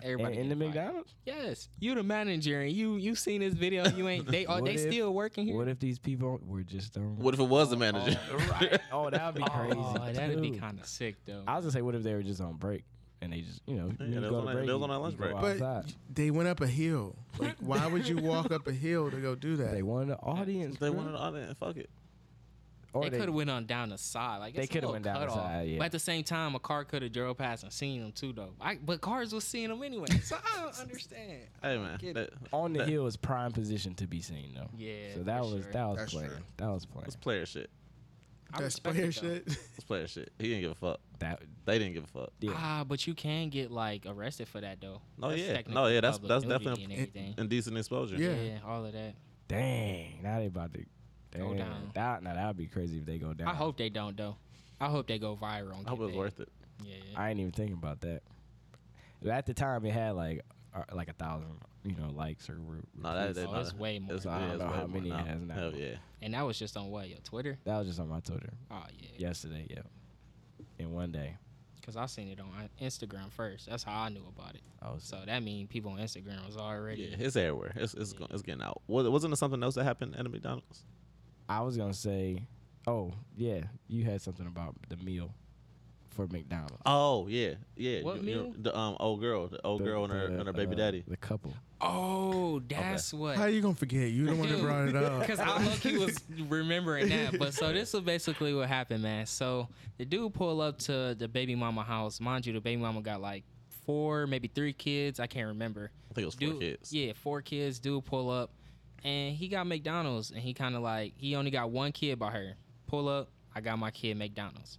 Speaker 5: Everybody
Speaker 3: In, in the
Speaker 5: getting fired.
Speaker 3: McDonald's.
Speaker 5: Yes, you the manager, and you you seen this video. You ain't they are
Speaker 3: What
Speaker 5: they
Speaker 3: if-
Speaker 5: still working here?
Speaker 3: What if these people were just on?
Speaker 1: What if it was the manager?
Speaker 3: right. Oh, that would be crazy.
Speaker 5: Oh, that'd be
Speaker 3: too.
Speaker 5: kind of sick though.
Speaker 3: I was gonna say, what if they were just on break and they just, you know, yeah,
Speaker 1: they was on that- they was on that lunch break.
Speaker 4: But they went up a hill. Like, why would you walk up a hill to go do
Speaker 3: they
Speaker 4: that?
Speaker 3: wanted an audience.
Speaker 1: they
Speaker 3: bro.
Speaker 1: wanted all that. Fuck it.
Speaker 3: or
Speaker 5: they could have went on down the side. Like
Speaker 3: They
Speaker 5: it's a
Speaker 3: coulda
Speaker 5: little
Speaker 3: went down the
Speaker 5: cutoff.
Speaker 3: side, yeah.
Speaker 5: But at the same time, a car could have drove past and seen them too though. I, but cars was seeing them anyway, so I don't understand.
Speaker 1: Hey man,
Speaker 5: Get
Speaker 1: that,
Speaker 3: on the
Speaker 1: that-
Speaker 3: hill is prime position to be seen though.
Speaker 5: Yeah,
Speaker 3: So that
Speaker 5: for
Speaker 3: was
Speaker 5: sure.
Speaker 3: that was
Speaker 4: That's
Speaker 3: playing.
Speaker 4: true.
Speaker 3: That was playing.
Speaker 1: It's player shit.
Speaker 5: I
Speaker 4: That's
Speaker 5: respect
Speaker 4: player
Speaker 5: it, though.
Speaker 4: shit.
Speaker 1: It's player shit. He didn't give a fuck.
Speaker 3: That
Speaker 1: They didn't give a fuck.
Speaker 3: yeah.
Speaker 5: Ah, but you can get like arrested for that though.
Speaker 1: No,
Speaker 5: That's
Speaker 1: Oh, yeah,
Speaker 5: technically
Speaker 1: no, yeah. That's
Speaker 5: public
Speaker 1: that's
Speaker 5: nudity
Speaker 1: definitely
Speaker 5: and everything.
Speaker 1: indecent exposure.
Speaker 4: Yeah.
Speaker 5: Mm. yeah. all of that.
Speaker 3: Dang. Now they about to
Speaker 5: Go
Speaker 3: dang,
Speaker 5: down.
Speaker 3: That now that'd be crazy if they go down.
Speaker 5: I hope they don't though. I hope they go viral. and
Speaker 1: I hope
Speaker 5: get
Speaker 1: it was
Speaker 5: paid.
Speaker 1: worth it.
Speaker 5: Yeah,
Speaker 3: I ain't even thinking about that. At the time, it had like uh, like a thousand, you know, likes or. re-
Speaker 1: No, that,
Speaker 3: retweets.
Speaker 1: that,
Speaker 5: Oh,
Speaker 1: no,
Speaker 5: it's way more.
Speaker 1: It's,
Speaker 3: I don't
Speaker 1: yeah, it's
Speaker 3: know
Speaker 1: way
Speaker 3: how
Speaker 1: more
Speaker 3: many it
Speaker 1: now.
Speaker 3: has now.
Speaker 1: Hell yeah.
Speaker 5: and that was just on what your Twitter.
Speaker 3: That was just on my Twitter
Speaker 5: Oh yeah.
Speaker 3: yesterday. Yeah. In one day,
Speaker 5: Cause I seen it on Instagram first. That's how I knew about it.
Speaker 3: I was
Speaker 5: So that means people on Instagram was already.
Speaker 1: Yeah, it's everywhere. It's it's, go- it's getting out. Was, wasn't there something else that happened at a McDonald's?
Speaker 3: I was gonna say, oh yeah, you had something about the meal for McDonald's.
Speaker 1: Oh yeah, yeah.
Speaker 5: What meal?
Speaker 1: the um old girl, the old
Speaker 3: The-
Speaker 1: girl and her
Speaker 3: the,
Speaker 1: and her baby
Speaker 3: uh,
Speaker 1: daddy.
Speaker 3: The couple.
Speaker 5: Oh, that's
Speaker 4: How
Speaker 5: what.
Speaker 4: you gonna forget? You the one that brought it up.
Speaker 5: Because I look, he was remembering that. But so this was basically what happened, man. So the dude pull up to the baby mama house. Mind you, the baby mama got like four, maybe three kids. I can't remember.
Speaker 1: I think it was four
Speaker 5: Dude-
Speaker 1: kids.
Speaker 5: Yeah, four kids. Dude pull up, and he got McDonald's, and he kind of like he only got one kid by her. Pull up, I got my kid McDonald's.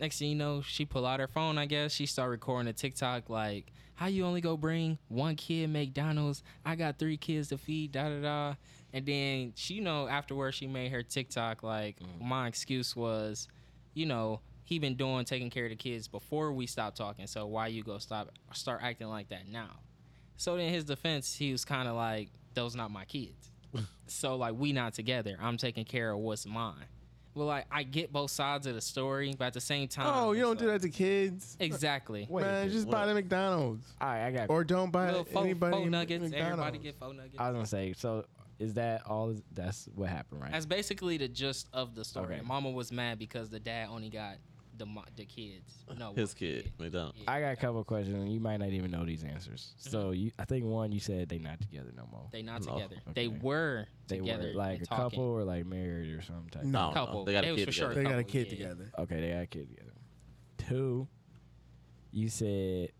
Speaker 5: Next thing you know, she pull out her phone. I guess she start recording a TikTok like, "How you only go bring one kid McDonald's? I got three kids to feed." Da da da. And then she, you know, afterwards she made her TikTok like, "My excuse was, you know." He been doing taking care of the kids before we stopped talking. So why you go stop start acting like that now? So in his defense, he was kind of like, "Those not my kids." so like, we not together. I'm taking care of what's mine. Well, like, I get both sides of the story, but at the same time,
Speaker 4: Oh, you
Speaker 5: it's
Speaker 4: don't do
Speaker 5: like-
Speaker 4: that to kids.
Speaker 5: Exactly.
Speaker 3: Wait,
Speaker 4: Man,
Speaker 3: dude,
Speaker 4: just buy
Speaker 1: what?
Speaker 4: the McDonald's
Speaker 3: All right, I got.
Speaker 4: or don't buy
Speaker 5: Little fo-
Speaker 4: anybody
Speaker 5: fo'
Speaker 4: in
Speaker 5: nuggets.
Speaker 4: McDonald's.
Speaker 5: Everybody get fo nuggets.
Speaker 3: I was gonna say. So is that all? That's what happened, right?
Speaker 5: That's basically the gist of the story.
Speaker 3: Okay.
Speaker 5: Mama was mad because the dad only got the mo- the kids. No,
Speaker 1: His
Speaker 5: one
Speaker 1: kid. They don't.
Speaker 5: Yeah.
Speaker 3: I got a couple questions, and you might not even know these answers.
Speaker 5: Mm-hmm.
Speaker 3: So you, I think one you said they not together no more.
Speaker 5: They not
Speaker 1: No.
Speaker 5: together. They
Speaker 3: Okay.
Speaker 5: were
Speaker 3: They
Speaker 5: together.
Speaker 3: were like
Speaker 5: and
Speaker 3: a
Speaker 5: talking.
Speaker 3: couple or like married or some type.
Speaker 4: No.
Speaker 1: I don't know.
Speaker 5: Couple.
Speaker 1: They got
Speaker 5: They
Speaker 1: a
Speaker 5: was
Speaker 1: kid
Speaker 5: for sure.
Speaker 1: together.
Speaker 4: They got a
Speaker 5: Couple,
Speaker 4: kid
Speaker 5: Oh, yeah.
Speaker 4: together.
Speaker 3: Okay, they got a kid together. Two, you said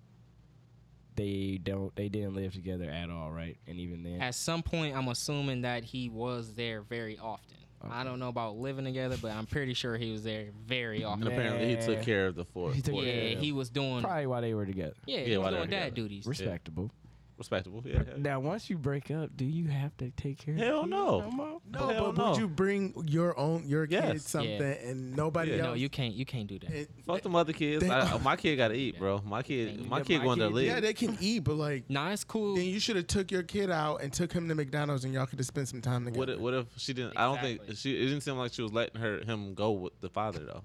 Speaker 3: they don't. They didn't live together at all, right? And even then,
Speaker 5: At some point, I'm assuming that he was there very often. I don't know about living together, but I'm pretty sure he was there very
Speaker 1: And
Speaker 5: often.
Speaker 3: Man.
Speaker 1: apparently he took care of the four.
Speaker 3: He took
Speaker 1: four.
Speaker 3: care
Speaker 5: Yeah, he was doing.
Speaker 3: probably while they were together.
Speaker 5: Yeah,
Speaker 1: Yeah,
Speaker 5: he was
Speaker 1: while they were
Speaker 5: doing dad
Speaker 1: together.
Speaker 5: duties.
Speaker 3: Respectable.
Speaker 1: Respectable. Yeah. yeah.
Speaker 3: Now, once you break up, do you have to take care? of
Speaker 1: Hell
Speaker 3: the
Speaker 1: no.
Speaker 3: kids more?
Speaker 4: No,
Speaker 1: Hell
Speaker 4: but
Speaker 1: no.
Speaker 4: would you bring your own your
Speaker 1: Yes.
Speaker 4: kid something and nobody
Speaker 1: Yeah.
Speaker 4: else?
Speaker 5: No, you can't. You can't do that.
Speaker 4: It-
Speaker 1: Fuck them other kids.
Speaker 4: They-
Speaker 1: I, my kid gotta eat, bro. My kid,
Speaker 5: Yeah,
Speaker 1: my kid
Speaker 3: my
Speaker 1: going to
Speaker 3: kid-
Speaker 1: live.
Speaker 4: yeah, they can eat, but like
Speaker 5: Nah, it's cool.
Speaker 4: then you should have took your kid out and took him to McDonald's and y'all could have spent some time together.
Speaker 1: What if, what if she didn't? I don't think
Speaker 5: Exactly.
Speaker 1: she. It didn't seem like she was letting her him go with the father though,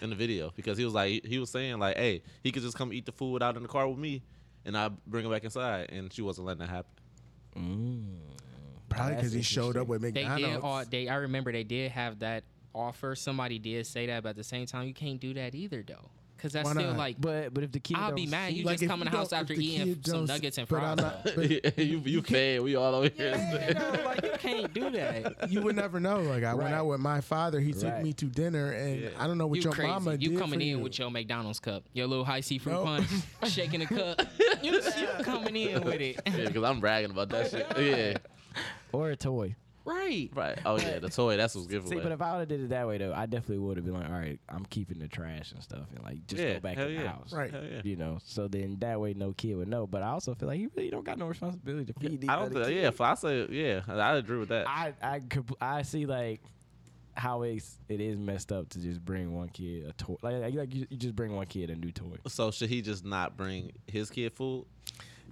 Speaker 1: in the video because he was like he was saying like, hey, he could just come eat the food out in the car with me, and I bring him back inside, and she wasn't letting that happen.
Speaker 3: Mm.
Speaker 4: Probably
Speaker 3: That's
Speaker 4: because he showed up with
Speaker 5: They
Speaker 4: McDonald's.
Speaker 5: did all they I remember they did have that offer. Somebody did say that, but at the same time, you can't do that either though. Cause that's
Speaker 4: Why
Speaker 5: still
Speaker 4: not?
Speaker 5: like
Speaker 3: But but if the kid
Speaker 5: I'll
Speaker 3: don't
Speaker 5: be mad.
Speaker 3: see-
Speaker 5: You
Speaker 4: Like,
Speaker 5: just
Speaker 4: if
Speaker 5: come in
Speaker 4: you
Speaker 5: the house
Speaker 4: don't- if
Speaker 5: after
Speaker 4: the
Speaker 5: eating
Speaker 4: kid
Speaker 5: some
Speaker 4: don't-
Speaker 5: nuggets and
Speaker 4: but
Speaker 5: fries.
Speaker 4: I'm not-
Speaker 5: though.
Speaker 4: but
Speaker 1: you you, fed. We all over here.
Speaker 5: like you can't do that.
Speaker 4: you would never know. Like I
Speaker 3: Right.
Speaker 4: went out with my father, he took
Speaker 3: Right.
Speaker 4: me to dinner, and
Speaker 1: Yeah.
Speaker 4: I don't know what
Speaker 5: You
Speaker 4: your
Speaker 5: crazy.
Speaker 4: mama
Speaker 5: you
Speaker 4: did
Speaker 5: coming
Speaker 4: for
Speaker 5: in
Speaker 4: you.
Speaker 5: with your McDonald's cup, your little high C fruit
Speaker 4: No.
Speaker 5: punch, shaking the cup. you, you coming in with it,
Speaker 1: yeah, because I'm bragging about that shit. Oh, Yeah,
Speaker 3: or a toy.
Speaker 5: right?
Speaker 1: right. Oh yeah, the toy. That's what's giveaway.
Speaker 3: See, but if I would have did it that way though, I definitely would have been like, all right, I'm keeping the trash and stuff, and like just
Speaker 1: Yeah,
Speaker 3: go back
Speaker 1: hell
Speaker 3: in the
Speaker 1: yeah.
Speaker 3: house,
Speaker 4: Right.
Speaker 1: Hell yeah.
Speaker 3: You know, so then that way no kid would know. But I also feel like he really don't got no responsibility to feed these
Speaker 1: I don't.
Speaker 3: other
Speaker 1: Think, yeah,
Speaker 3: kids.
Speaker 1: if I say yeah, I, I agree with that.
Speaker 3: I I compl- I see like how it's it is messed up to just bring one kid a toy like like, like you, you just bring one kid a new toy.
Speaker 1: so should he just not bring his kid food?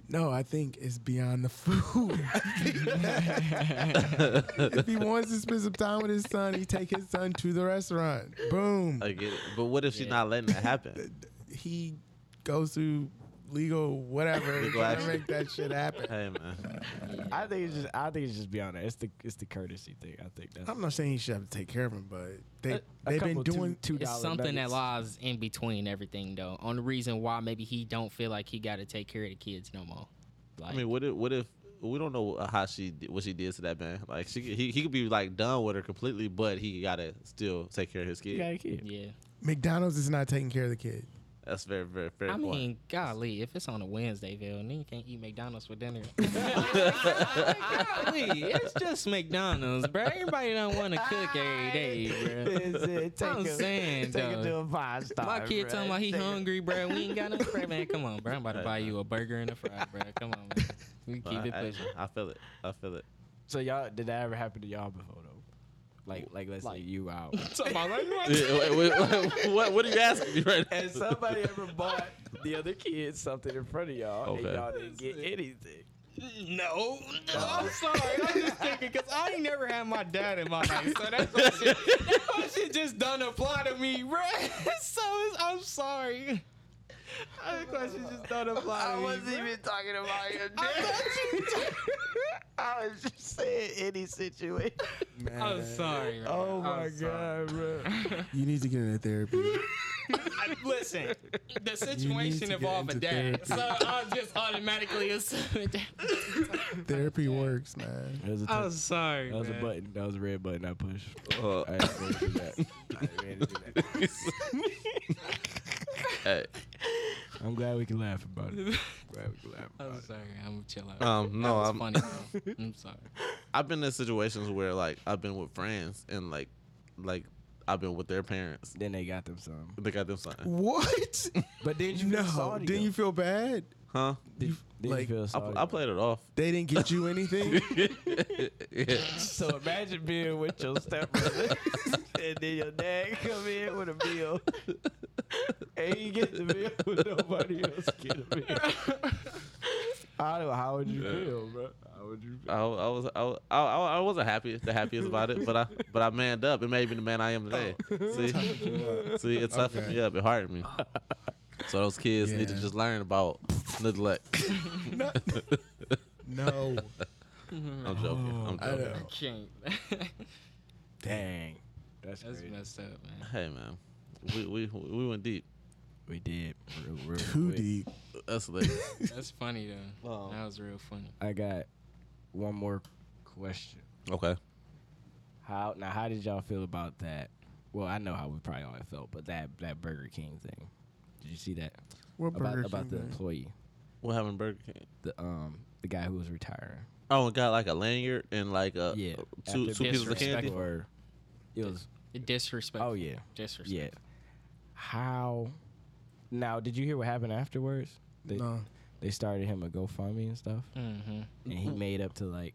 Speaker 4: No, I think it's beyond the food. I think that- if he wants to spend some time with his son, he take his son to the restaurant. Boom.
Speaker 1: I get it. But what if she's not letting that happen?
Speaker 4: he goes through legal whatever
Speaker 1: Legal
Speaker 4: trying to
Speaker 1: action.
Speaker 4: make that shit happen.
Speaker 1: hey man.
Speaker 3: I think it's just I think it's just beyond that. It's the it's the courtesy thing. I think that's
Speaker 4: I'm not saying he should have to take care of him, but they
Speaker 3: A- a
Speaker 4: they've been
Speaker 3: couple two-
Speaker 4: doing
Speaker 3: two
Speaker 5: It's
Speaker 3: dollar
Speaker 5: something that
Speaker 3: nuggets.
Speaker 5: lies in between everything though. On the reason why maybe he don't feel like he got to take care of the kids no more. Like,
Speaker 1: I mean, what if what if we don't know how she did- what she did to that man? Like she he, he could be like done with her completely, but he gotta still take care of his kid.
Speaker 3: You got a kid.
Speaker 5: yeah.
Speaker 4: McDonald's is not taking care of the kid.
Speaker 1: That's very very fair
Speaker 5: I
Speaker 1: point.
Speaker 5: mean, golly, if it's on a Wednesday, Bill, and then you can't eat McDonald's for dinner. golly, it's just McDonald's, bro. Everybody don't want to cook every day, bro. I'm saying, though. My kid talking about he hungry, bro. We ain't got no bread, man. Come on, bro. I'm about to buy you a burger and a fry, bro. Come on, man. We
Speaker 1: But
Speaker 5: keep it
Speaker 1: I, I-
Speaker 5: pushing.
Speaker 1: I feel it. I feel it.
Speaker 3: So y'all, did that ever happen to y'all before though? Like, like let's say you out
Speaker 1: Yeah, wait, wait, wait, what what are you asking me right now?
Speaker 3: and somebody ever bought the other kid something in front of y'all
Speaker 1: Okay.
Speaker 3: and y'all didn't get anything. Oh.
Speaker 5: No, no, I'm sorry. I'm just thinking because I ain't never had my dad in my life, so that's why shit, that why shit just don't apply to me, bro. So it's, I'm sorry. That question just don't apply to me. bruh.
Speaker 3: talking about your
Speaker 5: I thought you-
Speaker 3: I was just saying any situation.
Speaker 5: I'm sorry. bruh.
Speaker 3: Oh my
Speaker 5: I'm sorry.
Speaker 3: god, bro.
Speaker 4: You need to get into therapy.
Speaker 5: I- listen, the
Speaker 4: need to
Speaker 5: situation
Speaker 4: get
Speaker 5: involved a
Speaker 4: into therapy.
Speaker 5: dad, so I'm just automatically assuming that.
Speaker 4: therapy works, man.
Speaker 3: That was a,
Speaker 5: I'm sorry.
Speaker 3: that was a
Speaker 5: bruh.
Speaker 3: button. That was a red button I pushed.
Speaker 1: Uh,
Speaker 3: I didn't mean to do that. I didn't mean to do that.
Speaker 1: hey,
Speaker 3: I'm glad we can laugh about it. Glad we can laugh about
Speaker 5: I'm
Speaker 3: it.
Speaker 5: sorry. I'm chill out.
Speaker 1: um, no,
Speaker 5: that was
Speaker 1: I'm,
Speaker 5: funny. Bro. I'm sorry.
Speaker 1: I've been in situations where like I've been with friends and like like I've been with their parents.
Speaker 3: Then they got them some.
Speaker 1: They got them something,
Speaker 4: What?
Speaker 3: But did you feel
Speaker 4: No.
Speaker 3: sorry?
Speaker 4: Didn't you feel bad?
Speaker 1: huh?
Speaker 3: Did, did
Speaker 4: like,
Speaker 3: you feel
Speaker 1: I,
Speaker 3: sorry?
Speaker 1: I played it off.
Speaker 4: They didn't get you anything?
Speaker 1: Yeah.
Speaker 3: So imagine being with your stepbrother, and then your dad come in with a bill, and you get the bill, but nobody else get a bill. I don't, how would you feel, bro? How would you feel?
Speaker 1: I, I was I, was- I, I I wasn't happy the happiest about it, but I but I manned up. It made me the man I am today. See, see, it toughened
Speaker 4: Okay.
Speaker 1: me up. It hardened me. So those kids need to
Speaker 4: Yeah.
Speaker 1: just learn about neglect.
Speaker 4: no.
Speaker 1: I'm joking. I'm joking.
Speaker 4: I
Speaker 3: Oh.
Speaker 4: know.
Speaker 5: I can't.
Speaker 3: Dang, that's,
Speaker 5: That's
Speaker 3: crazy.
Speaker 5: messed up, man.
Speaker 1: Hey man, we, we we went deep.
Speaker 3: We did. real, real
Speaker 4: Too
Speaker 3: quick.
Speaker 4: deep.
Speaker 1: That's late.
Speaker 5: That's funny though.
Speaker 1: Oh.
Speaker 5: That was real funny.
Speaker 3: I got one more question.
Speaker 1: okay.
Speaker 3: How now? How did y'all feel about that? Well, I know how we probably all felt, but that that Burger King thing. Did you see that
Speaker 4: What
Speaker 3: about
Speaker 4: Burger
Speaker 3: about
Speaker 4: King,
Speaker 3: the
Speaker 4: man?
Speaker 3: employee,
Speaker 1: What happened, Burger King?
Speaker 3: the um the guy who was retiring?
Speaker 1: Oh, it got like a lanyard and like a
Speaker 3: yeah,
Speaker 1: Uh, two
Speaker 3: after
Speaker 1: two pieces of
Speaker 5: disrespect.
Speaker 1: candy.
Speaker 3: Or it was
Speaker 5: Disrespect.
Speaker 3: oh yeah
Speaker 5: Disrespect.
Speaker 3: yeah. How now? Did you hear what happened afterwards? They
Speaker 4: No.
Speaker 3: they started him a GoFundMe and stuff,
Speaker 5: Mm-hmm.
Speaker 3: and he made up to like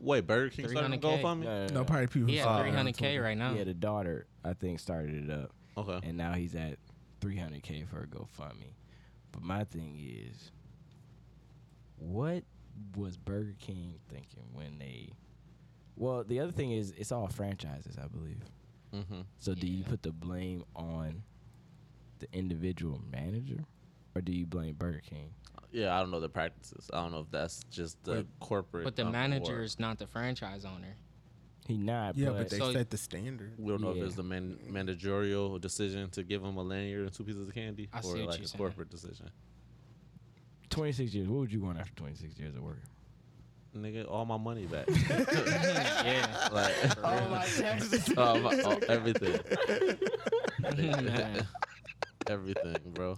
Speaker 1: Wait, Burger King started to go
Speaker 5: 300K.
Speaker 1: for me.
Speaker 4: No, probably people.
Speaker 5: He
Speaker 4: who
Speaker 5: had
Speaker 4: saw it.
Speaker 5: 300k right now.
Speaker 3: He had a daughter, I think, started it up,
Speaker 1: Okay.
Speaker 3: and now he's at 300k for a GoFundMe. But my thing is, what was Burger King thinking when they? Well, the other thing is, it's all franchises, I believe.
Speaker 1: Mm-hmm.
Speaker 3: So do you
Speaker 5: Yeah.
Speaker 3: put the blame on the individual manager, or do you blame Burger King?
Speaker 1: Yeah, I don't know the practices. I don't know if that's just the corporate.
Speaker 5: But the
Speaker 1: um,
Speaker 5: manager
Speaker 1: or-
Speaker 5: is not the franchise owner.
Speaker 3: He not.
Speaker 4: Yeah, but
Speaker 3: but
Speaker 4: they
Speaker 5: So-
Speaker 4: set the standard.
Speaker 1: We don't know
Speaker 3: Yeah.
Speaker 1: if it's the man- managerial decision to give him a lanyard and two pieces of candy,
Speaker 5: I see
Speaker 1: or
Speaker 5: what
Speaker 1: like
Speaker 5: you're
Speaker 1: a
Speaker 5: saying.
Speaker 1: corporate decision.
Speaker 3: 26 years. What would you want after 26 years of work?
Speaker 1: Nigga, all my money back.
Speaker 5: yeah.
Speaker 1: like,
Speaker 5: Oh my
Speaker 1: all my- all- everything,
Speaker 5: Man.
Speaker 1: everything, bro.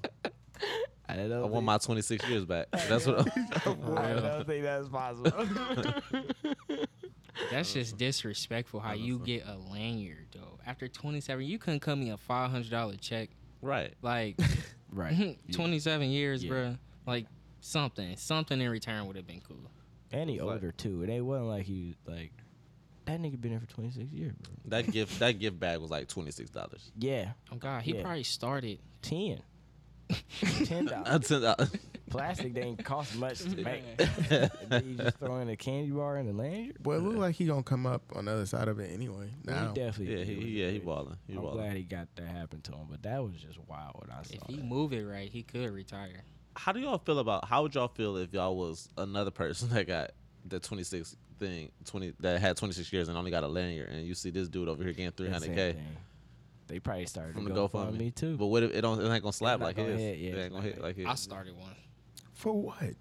Speaker 3: I don't
Speaker 1: I want my 26 years back. That's what.
Speaker 5: I don't
Speaker 3: think that's possible.
Speaker 5: That's just disrespectful how you get a lanyard though. After 27, you couldn't cut me a $500 check.
Speaker 1: right.
Speaker 5: Like
Speaker 3: right.
Speaker 5: 27 years,
Speaker 3: Yeah.
Speaker 5: bro. Like something, something in return would have been cool.
Speaker 3: And he
Speaker 1: It's like-
Speaker 3: older too. It ain't wasn't like he was like that nigga been there for 26 years, bro.
Speaker 1: That gift. That gift bag was like 26 dollars.
Speaker 3: Yeah,
Speaker 5: Oh God, he
Speaker 3: Yeah.
Speaker 5: probably started.
Speaker 3: 10. 10 dollars.
Speaker 1: Ten dollars.
Speaker 3: Plastic didn't cost much to make. And then you just throw in a candy bar and a lanyard.
Speaker 4: Well, it looked like he gonna come up on the other side of it anyway.
Speaker 3: Well,
Speaker 4: Now,
Speaker 3: He definitely.
Speaker 1: Yeah, he,
Speaker 3: did what
Speaker 1: yeah, he
Speaker 3: did.
Speaker 1: balling. He
Speaker 3: I'm
Speaker 1: balling.
Speaker 3: glad he got that happen to him, but that was just wild. When I saw
Speaker 5: If he
Speaker 3: that.
Speaker 5: move it right, he could retire.
Speaker 1: How do y'all feel about? How would y'all feel if y'all was another person that got the 26 thing, 20 that had 26 years and only got a lanyard, and you see this dude over here getting
Speaker 3: That same
Speaker 1: 300k
Speaker 3: thing. They probably started
Speaker 1: from
Speaker 3: to
Speaker 1: the
Speaker 3: go for
Speaker 1: GoFundMe
Speaker 3: me too.
Speaker 1: But what if it don't? It ain't gonna slap
Speaker 3: not
Speaker 1: like
Speaker 3: gonna
Speaker 1: his.
Speaker 3: hit, yeah,
Speaker 1: it
Speaker 3: it's
Speaker 1: ain't
Speaker 3: not
Speaker 1: gonna hit
Speaker 3: gonna-
Speaker 1: like his.
Speaker 5: I started one.
Speaker 4: for what?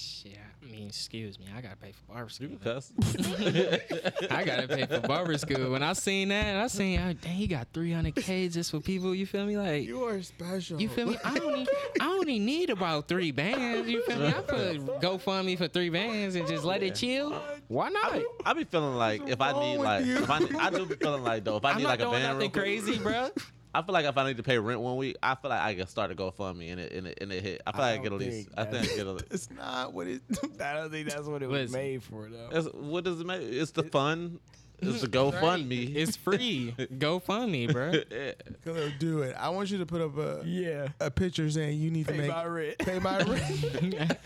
Speaker 5: Shit, I mean, excuse me, I gotta pay for barber
Speaker 1: You
Speaker 5: school.
Speaker 1: can
Speaker 5: man.
Speaker 1: cuss.
Speaker 5: I gotta pay for barber school. When I seen that, I seen, oh, dang, he got 300k just for people. You feel me? Like,
Speaker 4: You are special.
Speaker 5: You feel me? I only I only need about three bands. You feel me? I could GoFundMe for three bands and just let it chill. Why not?
Speaker 1: I be feeling like if I need
Speaker 4: with
Speaker 1: like
Speaker 4: you?
Speaker 1: if I, need- I do be feeling like though if I
Speaker 5: I'm
Speaker 1: need
Speaker 5: not
Speaker 1: like a
Speaker 5: doing
Speaker 1: band
Speaker 5: nothing
Speaker 1: room,
Speaker 5: crazy, bro.
Speaker 1: I feel like if I need to pay rent one week, I feel like I can start a GoFundMe and it and it, and it hit. I feel
Speaker 3: I
Speaker 1: like I get
Speaker 3: don't
Speaker 1: at least.
Speaker 3: think
Speaker 1: I think
Speaker 3: that's-
Speaker 1: I get at least.
Speaker 4: It's not what it.
Speaker 3: I don't think that's what it
Speaker 5: was Listen.
Speaker 3: made for though.
Speaker 1: That's, what does it matter? It's the fun. It's the GoFundMe.
Speaker 5: It's free. GoFundMe, bro.
Speaker 1: Yeah.
Speaker 4: Gonna do it. I want you to put up a
Speaker 3: Yeah.
Speaker 4: a picture saying you need to make
Speaker 3: rent.
Speaker 4: pay my rent,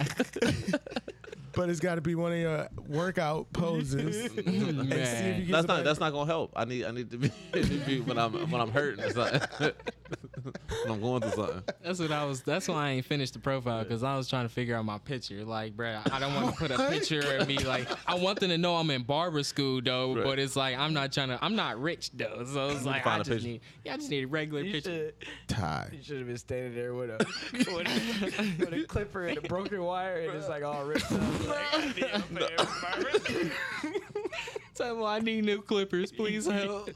Speaker 4: but it's got to be one of your workout poses.
Speaker 3: Mm-hmm.
Speaker 5: Man.
Speaker 4: And see if you get
Speaker 1: That's
Speaker 4: some
Speaker 1: not that's not gonna help. I need I need to be, to be when I'm when I'm hurting or something. when I'm going through something.
Speaker 5: That's what I was. That's why I ain't finished the profile because I was trying to figure out my picture. Like, bro, I don't want to put a picture of me. Like, I want them to know I'm in barber school though.
Speaker 1: Right.
Speaker 5: But it's like I'm not trying to. I'm not rich though. So it's like I
Speaker 1: find a
Speaker 5: just
Speaker 1: picture.
Speaker 5: need. Yeah, I just need a regular
Speaker 3: You
Speaker 5: picture.
Speaker 3: should,
Speaker 4: tie.
Speaker 3: you should have been standing there with a with a, with a clipper and a broken wire and it's like all ripped up.
Speaker 5: Tell them I need new clippers, please help.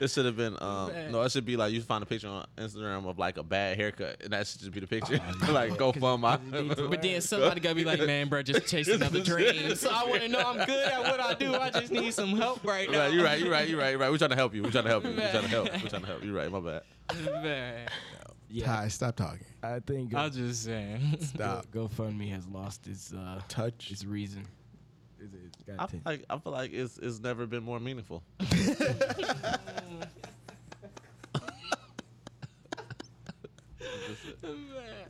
Speaker 1: It should have been um
Speaker 5: Man.
Speaker 1: no, it should be like you find a picture on Instagram of like a bad haircut and that should just be the picture. like go fund my
Speaker 5: But then somebody gotta be like, man, bro, just chase another dream. So I wanna know I'm good at what I do. I just need some help right now.
Speaker 1: Right, you're right, you're right, you're right, you're right. We're trying to help you. We're trying to help you. We're trying to help.
Speaker 5: Man.
Speaker 1: We're trying to help. You're right, my bad.
Speaker 5: Man,
Speaker 3: Yeah,
Speaker 4: Ty, stop talking.
Speaker 3: I think uh,
Speaker 5: I'm just saying.
Speaker 4: Stop.
Speaker 3: GoFundMe has lost its uh,
Speaker 4: Touch.
Speaker 3: its reason. It's, it's got
Speaker 1: I feel
Speaker 3: ten-
Speaker 1: like I feel like it's it's never been more meaningful.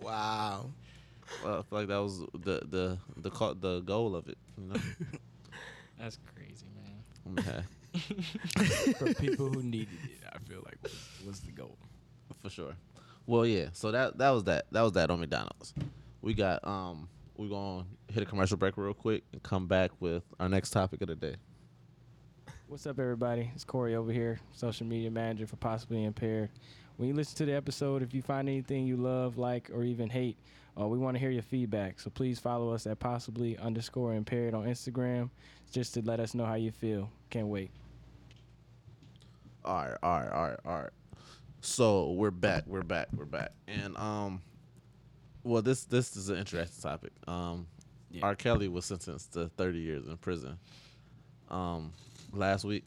Speaker 4: Wow.
Speaker 1: Uh, I feel like that was the the the co- the goal of it, you know.
Speaker 5: That's crazy, man.
Speaker 1: Okay.
Speaker 3: for people who needed it. I feel like was, was the goal.
Speaker 1: For sure. Well, yeah. So that that was that. That was that on McDonald's. We got um. We're gonna hit a commercial break real quick and come back with our next topic of the day.
Speaker 3: What's up, everybody? It's Corey over here, social media manager for Possibly Impaired. When you listen to the episode, if you find anything you love, like, or even hate, uh, we want to hear your feedback. So please follow us at possibly underscore impaired on Instagram just to let us know how you feel. Can't wait.
Speaker 1: All right, all right, all right, all right. So we're back, we're back, we're back, and um, well, this this is an interesting topic. Um,
Speaker 3: Yeah.
Speaker 1: R. Kelly was sentenced to 30 years in prison. Um, last week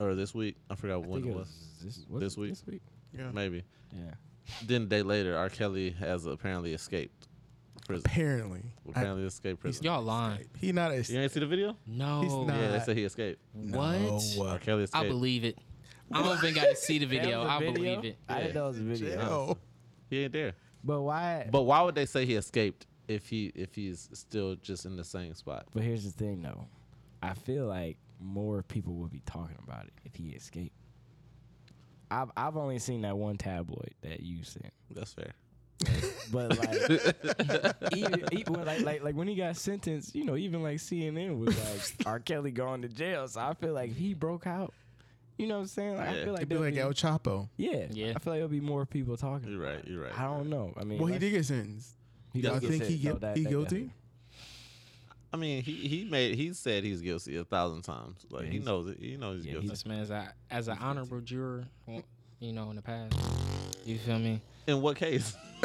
Speaker 1: or this week, Mm. I forgot when it was.
Speaker 3: this,
Speaker 1: This it week?
Speaker 3: This
Speaker 1: this
Speaker 3: week.
Speaker 4: Yeah.
Speaker 1: Maybe.
Speaker 3: Yeah.
Speaker 1: Then a day later, R. Kelly has apparently escaped prison.
Speaker 4: Apparently, I,
Speaker 1: Apparently escaped prison.
Speaker 5: Y'all lying.
Speaker 4: he not a.
Speaker 1: You ain't see the video?
Speaker 5: No.
Speaker 4: not.
Speaker 1: Yeah, they
Speaker 4: Uh,
Speaker 1: said he escaped.
Speaker 4: No,
Speaker 5: What?
Speaker 1: R.
Speaker 4: uh,
Speaker 1: Kelly
Speaker 5: I
Speaker 1: escaped.
Speaker 5: believe it. I don't think I can see the video.
Speaker 3: That
Speaker 5: I
Speaker 3: was a video?
Speaker 5: believe it.
Speaker 1: Yeah.
Speaker 6: I didn't know it was a video.
Speaker 4: jail.
Speaker 1: he ain't there.
Speaker 6: But why?
Speaker 1: But why would they say he escaped if he if he's still just in the same spot?
Speaker 3: But here's the thing, though. I feel like more people would be talking about it if he escaped. I've I've only seen that one tabloid that you sent,
Speaker 1: That's fair.
Speaker 3: but like, even, even when, like, like like when he got sentenced, you know, even like CNN was like R. Kelly going to jail. So I feel like if he broke out, you know what I'm saying? Like, I
Speaker 1: Yeah.
Speaker 3: feel like,
Speaker 4: It'd be
Speaker 3: there'll
Speaker 4: like
Speaker 3: be-
Speaker 4: El Chapo.
Speaker 3: yeah,
Speaker 5: Yeah.
Speaker 3: I feel like there'll be more people talking.
Speaker 1: You're
Speaker 3: about
Speaker 1: right.
Speaker 3: it.
Speaker 1: You're right.
Speaker 3: I don't know. I mean,
Speaker 4: Well, he
Speaker 3: like,
Speaker 4: did get sentenced.
Speaker 3: he
Speaker 1: Yeah,
Speaker 4: I
Speaker 3: does get
Speaker 4: think he
Speaker 3: sentenced, though.
Speaker 4: gui-
Speaker 3: That-
Speaker 4: he
Speaker 3: that
Speaker 4: guilty.
Speaker 1: I mean, he he made he said he's guilty a thousand times. Like
Speaker 3: Yeah,
Speaker 1: he
Speaker 3: he's-
Speaker 1: knows it. He knows he's
Speaker 3: yeah,
Speaker 1: guilty.
Speaker 5: This man, as, I, as an honorable juror, well, you know, in the past, you feel me?
Speaker 1: In what case?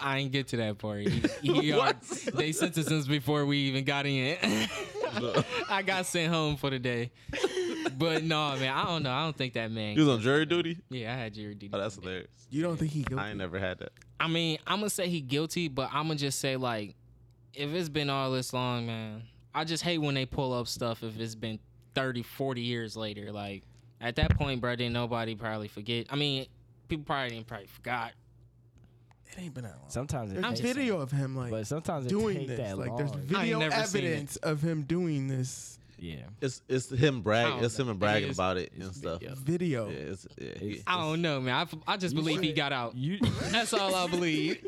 Speaker 5: I ain't get to that part. He- he are- they sentenced us before we even got in. I got sent home for the day. But no, man, I don't know. I don't think that man.
Speaker 1: he was on jury duty.
Speaker 5: Yeah, I had jury duty.
Speaker 1: Oh, that's hilarious.
Speaker 4: You don't think he guilty?
Speaker 1: I ain't never had that.
Speaker 5: I mean, I'm gonna say he guilty, but I'm gonna just say like, if it's been all this long, man, I just hate when they pull up stuff if it's been 30, 40 years later. Like at that point, bro, didn't nobody probably forget. I mean, people probably didn't probably forgot.
Speaker 4: It ain't been that long.
Speaker 3: Sometimes it
Speaker 4: there's
Speaker 3: takes
Speaker 4: video of him
Speaker 3: but
Speaker 4: like
Speaker 3: sometimes it
Speaker 4: doing
Speaker 3: take
Speaker 4: this.
Speaker 3: that
Speaker 4: Like
Speaker 3: long.
Speaker 4: there's video
Speaker 5: never seen it.
Speaker 4: evidence of him doing this
Speaker 3: yeah.
Speaker 1: It's it's him
Speaker 5: I don't
Speaker 1: brag. It's
Speaker 5: know.
Speaker 1: him and bragging
Speaker 5: It's-
Speaker 1: about it
Speaker 3: it's
Speaker 1: and stuff.
Speaker 3: video.
Speaker 1: Yeah,
Speaker 4: video.
Speaker 1: it's, yeah, he-
Speaker 5: I don't know, man. I, I just
Speaker 3: You
Speaker 5: believe he
Speaker 3: should-
Speaker 5: got out.
Speaker 3: You
Speaker 5: That's all I believe.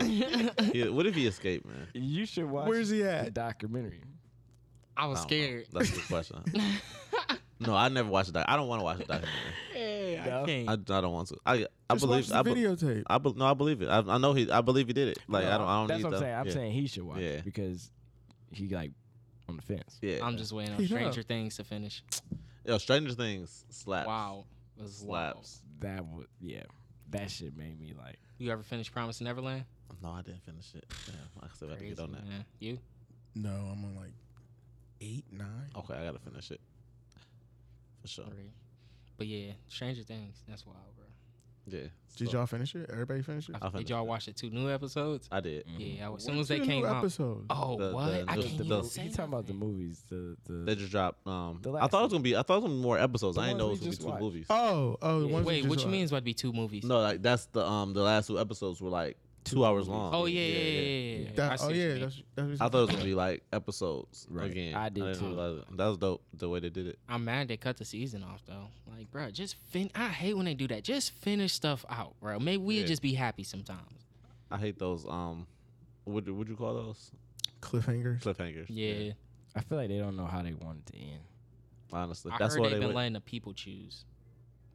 Speaker 1: he- what if he escaped, man?
Speaker 3: you should watch
Speaker 4: Where's he
Speaker 3: the
Speaker 4: at?
Speaker 3: documentary.
Speaker 1: I
Speaker 5: I was
Speaker 1: don't know.
Speaker 5: scared.
Speaker 1: That's the question. no, I never watched that. I don't want to watch a documentary.
Speaker 5: Yeah,
Speaker 3: No.
Speaker 5: I can't.
Speaker 1: I, I don't want to. I I
Speaker 4: Just
Speaker 1: believe I,
Speaker 4: watch the
Speaker 1: be-
Speaker 4: videotape.
Speaker 1: I be- no I believe it. I, I know he. I believe he did it. Like
Speaker 3: No,
Speaker 1: I don't. I don't
Speaker 3: That's
Speaker 1: need
Speaker 3: what I'm
Speaker 1: the-
Speaker 3: saying. I'm
Speaker 1: yeah.
Speaker 3: saying he should watch
Speaker 1: Yeah.
Speaker 3: it because he like on the fence.
Speaker 1: Yeah.
Speaker 5: I'm just waiting on
Speaker 4: He's
Speaker 5: Stranger Things to finish.
Speaker 1: Yo, Stranger Things slaps.
Speaker 5: Wow, it was wild.
Speaker 1: Slaps.
Speaker 3: That would yeah. That shit made me like
Speaker 5: You ever finish Promise Neverland?
Speaker 1: No, I didn't finish it. Damn, I still got to
Speaker 5: Crazy,
Speaker 1: get on that.
Speaker 5: man. You?
Speaker 4: No, I'm on like eight, nine.
Speaker 1: Okay, I gotta finish it. For sure.
Speaker 5: Three. But yeah, Stranger Things. That's wild, bro.
Speaker 1: Yeah.
Speaker 4: Did
Speaker 1: so-
Speaker 4: y'all finish it? Everybody finish it?
Speaker 1: I
Speaker 5: Did
Speaker 1: finished
Speaker 5: y'all
Speaker 1: it.
Speaker 5: watch the two new episodes?
Speaker 1: I did.
Speaker 5: Yeah, I was, as
Speaker 4: What
Speaker 5: soon as they
Speaker 4: two new
Speaker 5: came out.
Speaker 4: episodes?
Speaker 5: Oh,
Speaker 1: The-
Speaker 5: what?
Speaker 1: the-
Speaker 5: I
Speaker 1: the-
Speaker 5: can't
Speaker 1: the-
Speaker 5: even
Speaker 1: the-
Speaker 5: say
Speaker 3: you talking about mm-hmm. the
Speaker 5: nothing.
Speaker 3: movies, the the
Speaker 1: They just dropped. Um,
Speaker 3: The
Speaker 1: I
Speaker 3: last
Speaker 1: thought it was
Speaker 3: one.
Speaker 1: gonna be. I thought it was gonna be more episodes.
Speaker 3: The
Speaker 1: I didn't
Speaker 3: ones
Speaker 1: know it
Speaker 3: we
Speaker 1: was gonna be
Speaker 3: just
Speaker 1: two
Speaker 3: watched.
Speaker 1: movies.
Speaker 4: Oh, oh, the
Speaker 5: Yeah,
Speaker 4: ones we
Speaker 5: Wait,
Speaker 4: just
Speaker 5: what you
Speaker 4: watched.
Speaker 5: mean is about to be two movies?
Speaker 1: No, like that's the um the last two episodes were like two hours long.
Speaker 5: Oh yeah, yeah, yeah. yeah, yeah. I
Speaker 4: That,
Speaker 5: see
Speaker 4: oh
Speaker 5: what you
Speaker 4: yeah,
Speaker 5: mean.
Speaker 4: that's, that's what
Speaker 1: I thought it was gonna be like episodes
Speaker 3: Right.
Speaker 1: again.
Speaker 3: I did
Speaker 1: didn't
Speaker 3: too.
Speaker 1: realize it. That was dope the way they did it.
Speaker 5: I'm mad they cut the season off though. Like, bro, just fin. I hate when they do that. Just finish stuff out, bro. Maybe we
Speaker 1: Yeah.
Speaker 5: just be happy sometimes.
Speaker 1: I hate those um, what would you call those
Speaker 4: cliffhangers.
Speaker 1: cliffhangers?
Speaker 5: Yeah,
Speaker 3: I feel like they don't know how they want it to end.
Speaker 1: honestly,
Speaker 5: I
Speaker 1: that's
Speaker 5: heard
Speaker 1: what they
Speaker 5: they've been
Speaker 1: went,
Speaker 5: letting the people choose.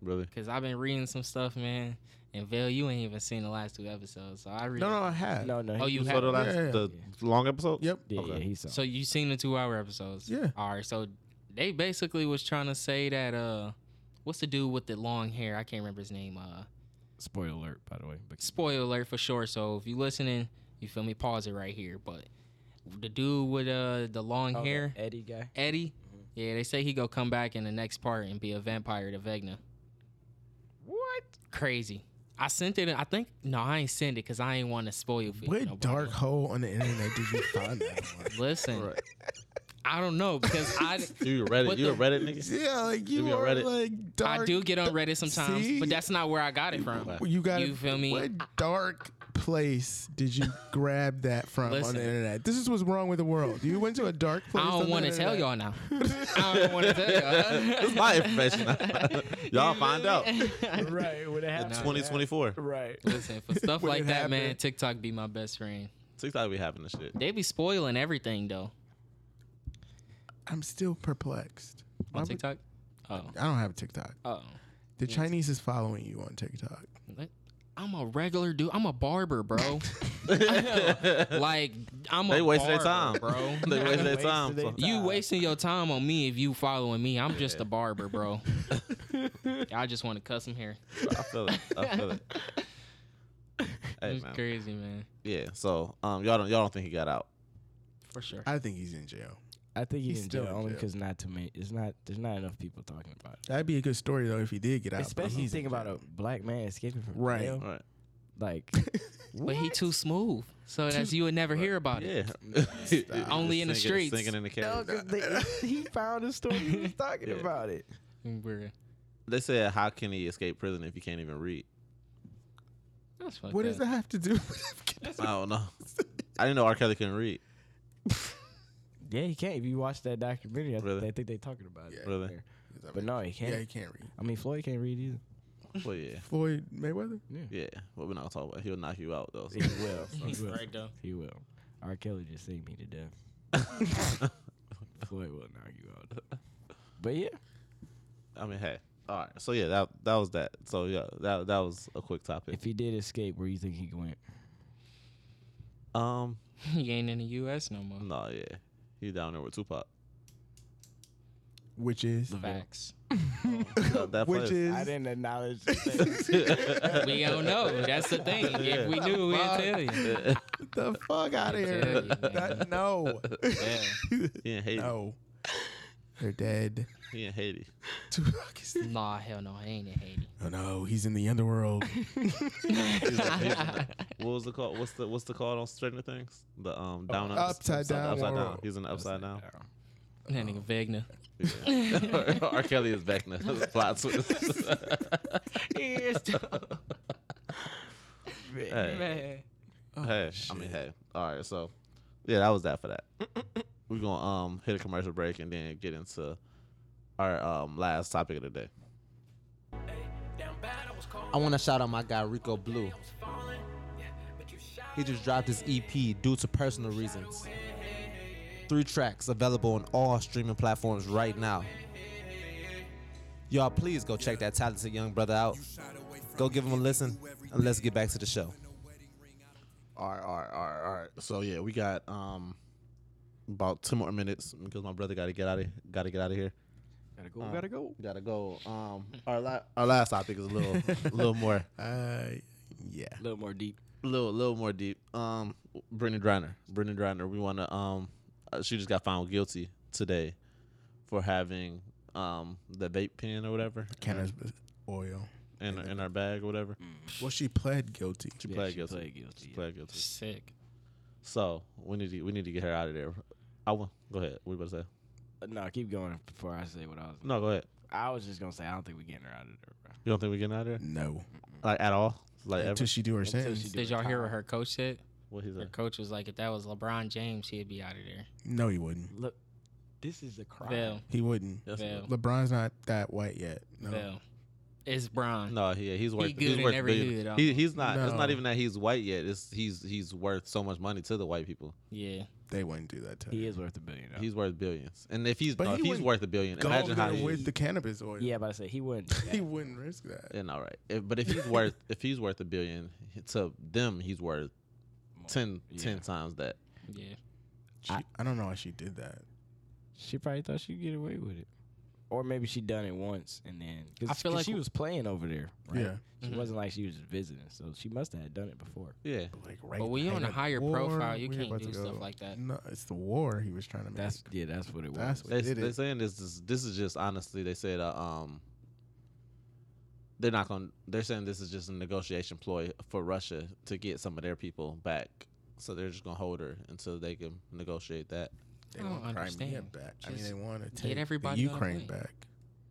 Speaker 1: really.
Speaker 5: Cause I've been reading some stuff, man. And Vale, you ain't even seen the last two episodes, so I really.
Speaker 4: No, no, I have.
Speaker 3: No, no.
Speaker 5: Oh,
Speaker 3: he-
Speaker 5: you
Speaker 1: So
Speaker 5: have.
Speaker 1: the last
Speaker 4: Yeah.
Speaker 1: the long episode.
Speaker 4: Yep.
Speaker 3: yeah,
Speaker 1: okay.
Speaker 3: yeah, he saw.
Speaker 5: So you seen the two hour episodes?
Speaker 4: Yeah.
Speaker 5: All right. So they basically was trying to say that uh, what's the dude with the long hair? I can't remember his name. Uh,
Speaker 3: Spoiler alert, by the way. But
Speaker 5: spoiler alert for sure. So if you listening, you feel me? Pause it right here. But the dude with uh the long
Speaker 3: Oh, the
Speaker 5: hair,
Speaker 3: Eddie Mm-hmm. guy.
Speaker 5: Eddie. Yeah, they say he go come back in the next part and be a vampire to Vegna.
Speaker 3: What?
Speaker 5: Crazy. I sent it. I think no, I ain't send it because I ain't want to spoil it for you.
Speaker 4: What
Speaker 5: nobody.
Speaker 4: dark hole on the internet did you find that? one?
Speaker 5: Listen,
Speaker 1: Right.
Speaker 5: I don't know because I.
Speaker 1: You a Reddit?
Speaker 5: What
Speaker 1: You a
Speaker 5: the-
Speaker 1: Reddit nigga?
Speaker 4: Yeah, like you
Speaker 1: me a
Speaker 4: are
Speaker 1: Reddit.
Speaker 4: like dark.
Speaker 5: I do get on Reddit sometimes,
Speaker 4: See?
Speaker 5: but that's not where I got it from.
Speaker 4: You got
Speaker 5: You feel me?
Speaker 4: What dark place did you grab that from on
Speaker 5: Listen.
Speaker 4: the internet? This is what's wrong with the world. You went to a dark place.
Speaker 5: I
Speaker 4: on
Speaker 5: don't
Speaker 4: the
Speaker 5: want to tell
Speaker 4: internet.
Speaker 5: y'all now. I don't want to tell y'all.
Speaker 1: This is uh, my information. y'all find out.
Speaker 3: right, when it happened.
Speaker 1: 2024.
Speaker 3: Right.
Speaker 5: Listen, for stuff
Speaker 4: When
Speaker 5: like
Speaker 4: it
Speaker 5: that, man,
Speaker 4: happened.
Speaker 5: TikTok be my best friend.
Speaker 1: TikTok be having this shit.
Speaker 5: They be spoiling everything though
Speaker 4: I'm still perplexed. Why
Speaker 5: on
Speaker 4: would-
Speaker 5: TikTok. Oh,
Speaker 4: I don't have a TikTok.
Speaker 5: oh,
Speaker 4: The Chinese is following you on TikTok.
Speaker 5: Like, I'm a regular dude. I'm a barber, bro. I know. Like I'm a
Speaker 1: They waste their time,
Speaker 5: barber, bro.
Speaker 1: they waste their time.
Speaker 6: their
Speaker 1: so-
Speaker 6: time.
Speaker 5: You wasting your time on me if you following me. I'm just a barber, bro. I just want to cut some hair.
Speaker 1: I feel it. I feel it. Hey
Speaker 5: It's
Speaker 1: man.
Speaker 5: crazy, man.
Speaker 1: Yeah. So um, y'all don't y'all don't think he got out?
Speaker 5: For sure.
Speaker 4: I think he's in jail.
Speaker 3: I think he's,
Speaker 4: He's
Speaker 3: in
Speaker 4: still
Speaker 3: jail
Speaker 4: in
Speaker 3: only
Speaker 4: jail.
Speaker 3: because not too many. It's not. There's not enough people talking about it.
Speaker 4: That'd be a good story though if he did get out. but
Speaker 3: Especially
Speaker 4: he's in
Speaker 3: think about a
Speaker 4: jail.
Speaker 3: black man escaping from
Speaker 4: Right.
Speaker 3: jail.
Speaker 1: All right.
Speaker 3: Like,
Speaker 5: But he too smooth. So that's you would never hear about it.
Speaker 1: Yeah.
Speaker 5: Only in the
Speaker 1: Singing-
Speaker 5: streets.
Speaker 1: Singing in the
Speaker 3: no,
Speaker 1: cab.
Speaker 3: because he found the story he was talking
Speaker 1: Yeah.
Speaker 3: about it.
Speaker 5: Mm, Bruh.
Speaker 1: They said, "How can he escape prison if he can't even read?"
Speaker 5: That's fucked
Speaker 4: What does
Speaker 5: up.
Speaker 4: that have to do?
Speaker 1: I don't know. I didn't know R. Kelly couldn't read.
Speaker 3: Yeah, he can't. If you watch that documentary, I,
Speaker 1: Really?
Speaker 3: I think they talking about it.
Speaker 4: Yeah.
Speaker 1: Really?
Speaker 3: there. But no, he can't.
Speaker 4: yeah, he can't read.
Speaker 3: I mean, Floyd can't read either.
Speaker 1: Well, yeah,
Speaker 4: Floyd Mayweather.
Speaker 1: yeah. But we're not gonna talk about. He'll knock you out though. so-
Speaker 3: He will.
Speaker 5: He's
Speaker 3: he will.
Speaker 5: right though.
Speaker 3: He will. R. Kelly just sing me to death. Floyd will knock you out. But yeah,
Speaker 1: I mean, hey. All right. So yeah, that that was that. So yeah, that that was a quick topic.
Speaker 3: if he did escape, where you think he went?
Speaker 1: Um.
Speaker 5: He ain't in the US no more.
Speaker 1: No. Yeah. He down there with Tupac.
Speaker 4: Which is
Speaker 5: Facts.
Speaker 1: That, that
Speaker 4: which
Speaker 1: place.
Speaker 4: is
Speaker 3: I didn't acknowledge.
Speaker 5: we don't know. That's the thing. If we knew, we'd tell you.
Speaker 4: Get the fuck out of
Speaker 5: Yeah,
Speaker 4: here.
Speaker 5: yeah.
Speaker 4: That- no.
Speaker 5: Yeah.
Speaker 1: He in Haiti.
Speaker 4: no. They're dead.
Speaker 1: He in Haiti.
Speaker 4: Tupac is-
Speaker 5: Nah, hell no. I ain't in Haiti.
Speaker 4: Oh no, he's in the underworld.
Speaker 1: What was the call? What's the what's the call on Stranger Things? The um down
Speaker 4: Oh, Upside Down
Speaker 1: upside
Speaker 4: world.
Speaker 1: down. He's in the upside down.
Speaker 5: That nigga Vegna.
Speaker 1: Yeah. R. Kelly is back now. Plot twist. hey,
Speaker 5: Man.
Speaker 1: hey. I mean, hey. All right, so yeah, that was that for that. We're gonna um hit a commercial break and then get into our um last topic of the day.
Speaker 6: I want to shout out my guy Rico Blue. He just dropped his EP due to personal reasons. Three tracks available on all streaming platforms right now. Y'all, please go check that talented young brother out. Go give him a listen, and let's get back to the show.
Speaker 1: All right, all right, all right, all right. So yeah, we got um about ten more minutes because my brother got to get out of got to get out of here.
Speaker 3: Gotta go. gotta go.
Speaker 1: Gotta go. Um, our la- our last topic is a little a little more
Speaker 4: uh, yeah.
Speaker 3: A little more deep.
Speaker 1: little little more deep. Um, Brittany Griner. Brittany Griner. We want to. Um, uh, she just got found guilty today for having um the vape pen or whatever
Speaker 4: Cannabis oil.
Speaker 1: in her, in her bag or whatever.
Speaker 4: Well, she pled guilty.
Speaker 1: She
Speaker 3: Yeah,
Speaker 1: pled
Speaker 3: she
Speaker 1: guilty.
Speaker 3: pled guilty,
Speaker 1: She
Speaker 3: yeah.
Speaker 1: pled guilty.
Speaker 5: Sick.
Speaker 1: So we need to we need to get her out of there. I want. Go ahead. What you about to say?
Speaker 3: Uh, No, keep going before I say what I was.
Speaker 1: No, go ahead.
Speaker 3: I was just gonna say I don't think we're getting her out of there, bro.
Speaker 1: You don't think we're getting out of there
Speaker 4: No.
Speaker 1: like at all? Like ever?
Speaker 4: Until she do her
Speaker 3: Until
Speaker 4: sentence.
Speaker 3: she do
Speaker 5: Did y'all hear what her coach said?
Speaker 1: What he
Speaker 5: Her
Speaker 1: said?
Speaker 5: coach was like, if that was LeBron James, he'd be out of there.
Speaker 4: No, he wouldn't.
Speaker 3: Look, this is a crime.
Speaker 5: Vail.
Speaker 4: He wouldn't.
Speaker 1: That's
Speaker 5: Vail.
Speaker 4: LeBron's not that white yet. No.
Speaker 5: Vail. It's Bron.
Speaker 1: No, he, yeah, he's worth.
Speaker 5: good
Speaker 1: he's
Speaker 5: in
Speaker 1: worth
Speaker 5: every
Speaker 1: billion-
Speaker 5: hood,
Speaker 1: He, he's not. It's not
Speaker 4: No.
Speaker 1: even that he's white yet. It's he's he's worth so much money to the white people.
Speaker 5: Yeah.
Speaker 4: They wouldn't do that to
Speaker 3: He
Speaker 4: her.
Speaker 3: is worth a billion. Though.
Speaker 1: He's worth billions. And if he's
Speaker 4: But
Speaker 1: no,
Speaker 4: he
Speaker 1: if he's
Speaker 4: wouldn't
Speaker 1: worth a billion,
Speaker 4: Go
Speaker 1: imagine how
Speaker 4: there
Speaker 1: he.
Speaker 4: with the cannabis oil.
Speaker 3: yeah, but I say he wouldn't. do
Speaker 4: He
Speaker 3: that.
Speaker 4: wouldn't risk that.
Speaker 1: And all right, if, but if he's worth if he's worth a billion to them, he's worth 10, 10
Speaker 3: Yeah.
Speaker 1: times that.
Speaker 5: Yeah.
Speaker 4: She, I, don't know why she did that.
Speaker 3: She probably thought she'd get away with it, or maybe she done it once and then because
Speaker 5: I feel like-
Speaker 3: she was playing over there. Right?
Speaker 4: Yeah.
Speaker 3: she wasn't like she was just visiting, so she must have done it before.
Speaker 1: Yeah,
Speaker 4: But like right.
Speaker 5: But we on
Speaker 4: right
Speaker 5: a
Speaker 4: at
Speaker 5: higher
Speaker 4: the war,
Speaker 5: profile. You
Speaker 4: we
Speaker 5: can't
Speaker 4: about
Speaker 5: do
Speaker 4: to go-
Speaker 5: stuff like that.
Speaker 4: No, it's the war he was trying to make.
Speaker 3: That's yeah, that's what it was.
Speaker 4: That's what
Speaker 1: they,
Speaker 4: did
Speaker 1: they're
Speaker 4: it.
Speaker 1: saying this is this is just honestly they said uh, um. They're not going. to They're saying this is just a negotiation ploy for Russia to get some of their people back. So they're just gonna hold her until they can negotiate that.
Speaker 4: They
Speaker 5: I don't
Speaker 4: want Crimea
Speaker 5: understand.
Speaker 4: back. I mean,
Speaker 5: Just
Speaker 4: they want to
Speaker 5: get
Speaker 4: take
Speaker 5: everybody
Speaker 4: the
Speaker 5: out of the
Speaker 4: Ukraine
Speaker 5: way.
Speaker 4: back.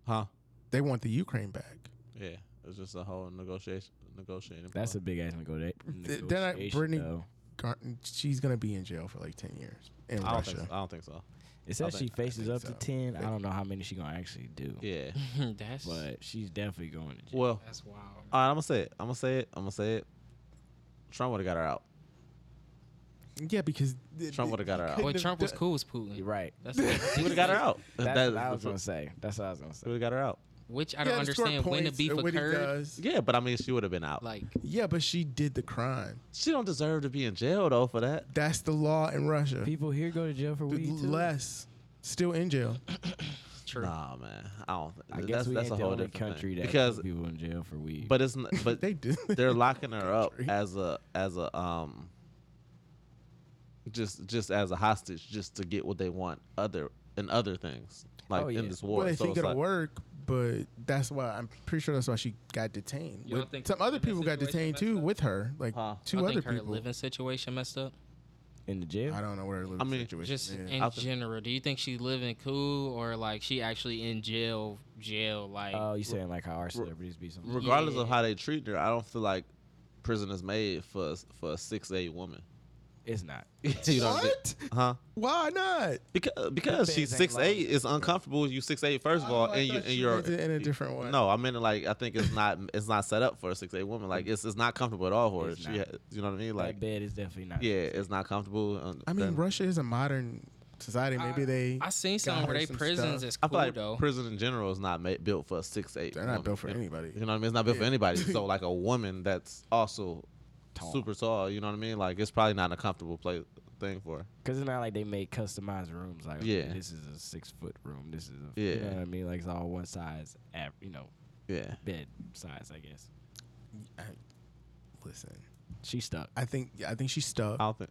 Speaker 1: Huh?
Speaker 4: They want the Ukraine back.
Speaker 1: Yeah, it's just a whole negotiation. Negotiating.
Speaker 3: That's a
Speaker 1: plot.
Speaker 3: big ass negotiation.
Speaker 4: Th- then I- Brittany-
Speaker 3: though.
Speaker 4: Gar- she's gonna be in jail for like ten years in
Speaker 1: I don't think.
Speaker 4: Russia.
Speaker 1: So. I don't think so.
Speaker 3: It says she
Speaker 1: think-
Speaker 3: faces
Speaker 4: think
Speaker 3: up
Speaker 4: so.
Speaker 3: to ten. I
Speaker 4: Think-
Speaker 3: don't know how many she gonna actually do,
Speaker 1: Yeah.
Speaker 5: That's
Speaker 3: but she's definitely going to jail.
Speaker 1: Well,
Speaker 5: that's wild.
Speaker 1: all right. I'm gonna say it. I'm gonna say it. I'm gonna say it. Trump would have got her out.
Speaker 4: Yeah, because th-
Speaker 1: Trump would have got her out.
Speaker 5: Boy,
Speaker 1: He
Speaker 4: the-
Speaker 5: Trump was
Speaker 4: the-
Speaker 5: cool as Putin.
Speaker 3: You're right.
Speaker 5: That's what
Speaker 1: would have got her out.
Speaker 3: That's
Speaker 1: That-
Speaker 3: what I was gonna say. That's what I was gonna
Speaker 1: He
Speaker 3: say.
Speaker 1: would have got her out.
Speaker 5: which I
Speaker 4: Yeah,
Speaker 5: don't
Speaker 4: to score
Speaker 5: understand when the
Speaker 4: points
Speaker 5: beef
Speaker 4: or what he
Speaker 5: occurred.
Speaker 4: does.
Speaker 1: Yeah, but I mean, she would have been out.
Speaker 5: Like,
Speaker 4: Yeah, but she did the crime.
Speaker 1: she don't deserve to be in jail though for that.
Speaker 4: That's the law in Russia.
Speaker 3: People here go to jail for weed too.
Speaker 4: Less still in jail.
Speaker 5: true.
Speaker 1: Nah, man, I don't. Think,
Speaker 3: I guess
Speaker 1: that's
Speaker 3: we
Speaker 1: that's
Speaker 3: ain't
Speaker 1: a
Speaker 3: the
Speaker 1: whole
Speaker 3: only
Speaker 1: different thing.
Speaker 3: country that
Speaker 1: because,
Speaker 3: put people in jail for weed.
Speaker 1: but it's n- but
Speaker 4: They do.
Speaker 1: they're locking her up
Speaker 4: Country.
Speaker 1: as a as a um just just as a hostage just to get what they want other and other things like
Speaker 3: Oh,
Speaker 1: in
Speaker 3: yeah.
Speaker 1: this war
Speaker 4: well, they
Speaker 1: so
Speaker 4: think
Speaker 1: it's
Speaker 4: it'll
Speaker 1: like,
Speaker 4: work, but that's why I'm pretty sure that's why she got detained.
Speaker 5: You don't
Speaker 4: With-
Speaker 5: think
Speaker 4: some other
Speaker 5: in that
Speaker 4: people got
Speaker 5: situation
Speaker 4: detained
Speaker 5: messed
Speaker 4: too
Speaker 5: up?
Speaker 4: with her, like
Speaker 1: Huh.
Speaker 4: two
Speaker 5: I
Speaker 4: other
Speaker 5: think her
Speaker 4: people.
Speaker 5: living situation messed up.
Speaker 3: in the jail,
Speaker 4: I don't know what her living
Speaker 1: I mean,
Speaker 4: situation
Speaker 5: Just
Speaker 4: is.
Speaker 5: in
Speaker 1: I think-
Speaker 5: general, do you think she living cool or like she actually in jail? Jail, like
Speaker 3: Oh, you saying like how our celebrities be some?
Speaker 1: regardless of
Speaker 5: Yeah.
Speaker 1: how they treat her I don't feel like prison is made for for a six eight woman
Speaker 3: It's not.
Speaker 1: you know what, I'm
Speaker 4: what?
Speaker 1: saying? huh
Speaker 4: Why not?
Speaker 1: because because she's
Speaker 3: fans ain't
Speaker 1: six eight is uncomfortable with you six eight first of all
Speaker 4: Oh, I
Speaker 1: and you
Speaker 4: thought
Speaker 1: and
Speaker 4: she
Speaker 1: you're
Speaker 4: meant it in a different way.
Speaker 1: no I mean like I think it's not it's not set up for a six eight woman like it's it's not comfortable at all for her
Speaker 3: It's
Speaker 1: she
Speaker 3: not.
Speaker 1: ha- you know what I mean
Speaker 3: Like, that
Speaker 1: like
Speaker 3: bed is definitely not.
Speaker 1: yeah it's not comfortable um,
Speaker 4: I mean,
Speaker 1: then-
Speaker 4: Russia is a modern society. Maybe they
Speaker 5: I seen
Speaker 4: got
Speaker 5: some
Speaker 4: her
Speaker 5: where they
Speaker 4: some
Speaker 5: prisons
Speaker 4: stuff.
Speaker 5: is
Speaker 1: I
Speaker 5: cool
Speaker 1: feel like
Speaker 5: though.
Speaker 1: prison in general is not made, built for a six eight.
Speaker 4: They're not built for anybody.
Speaker 1: You know what I mean? It's not built for
Speaker 4: Yeah.
Speaker 1: anybody. So like a woman that's also
Speaker 3: Tall.
Speaker 1: super tall. You know what I mean? Like it's probably not a comfortable place thing for. her.
Speaker 3: Cause it's not like they make customized rooms. Like, okay,
Speaker 1: Yeah.
Speaker 3: this is a six foot room. This is a, you
Speaker 1: Yeah.
Speaker 3: know what I mean. Like it's all one size, av- you know,
Speaker 1: Yeah.
Speaker 3: bed size. I guess
Speaker 4: listen.
Speaker 3: she's stuck.
Speaker 4: I think I think she's stuck.
Speaker 1: I don't think.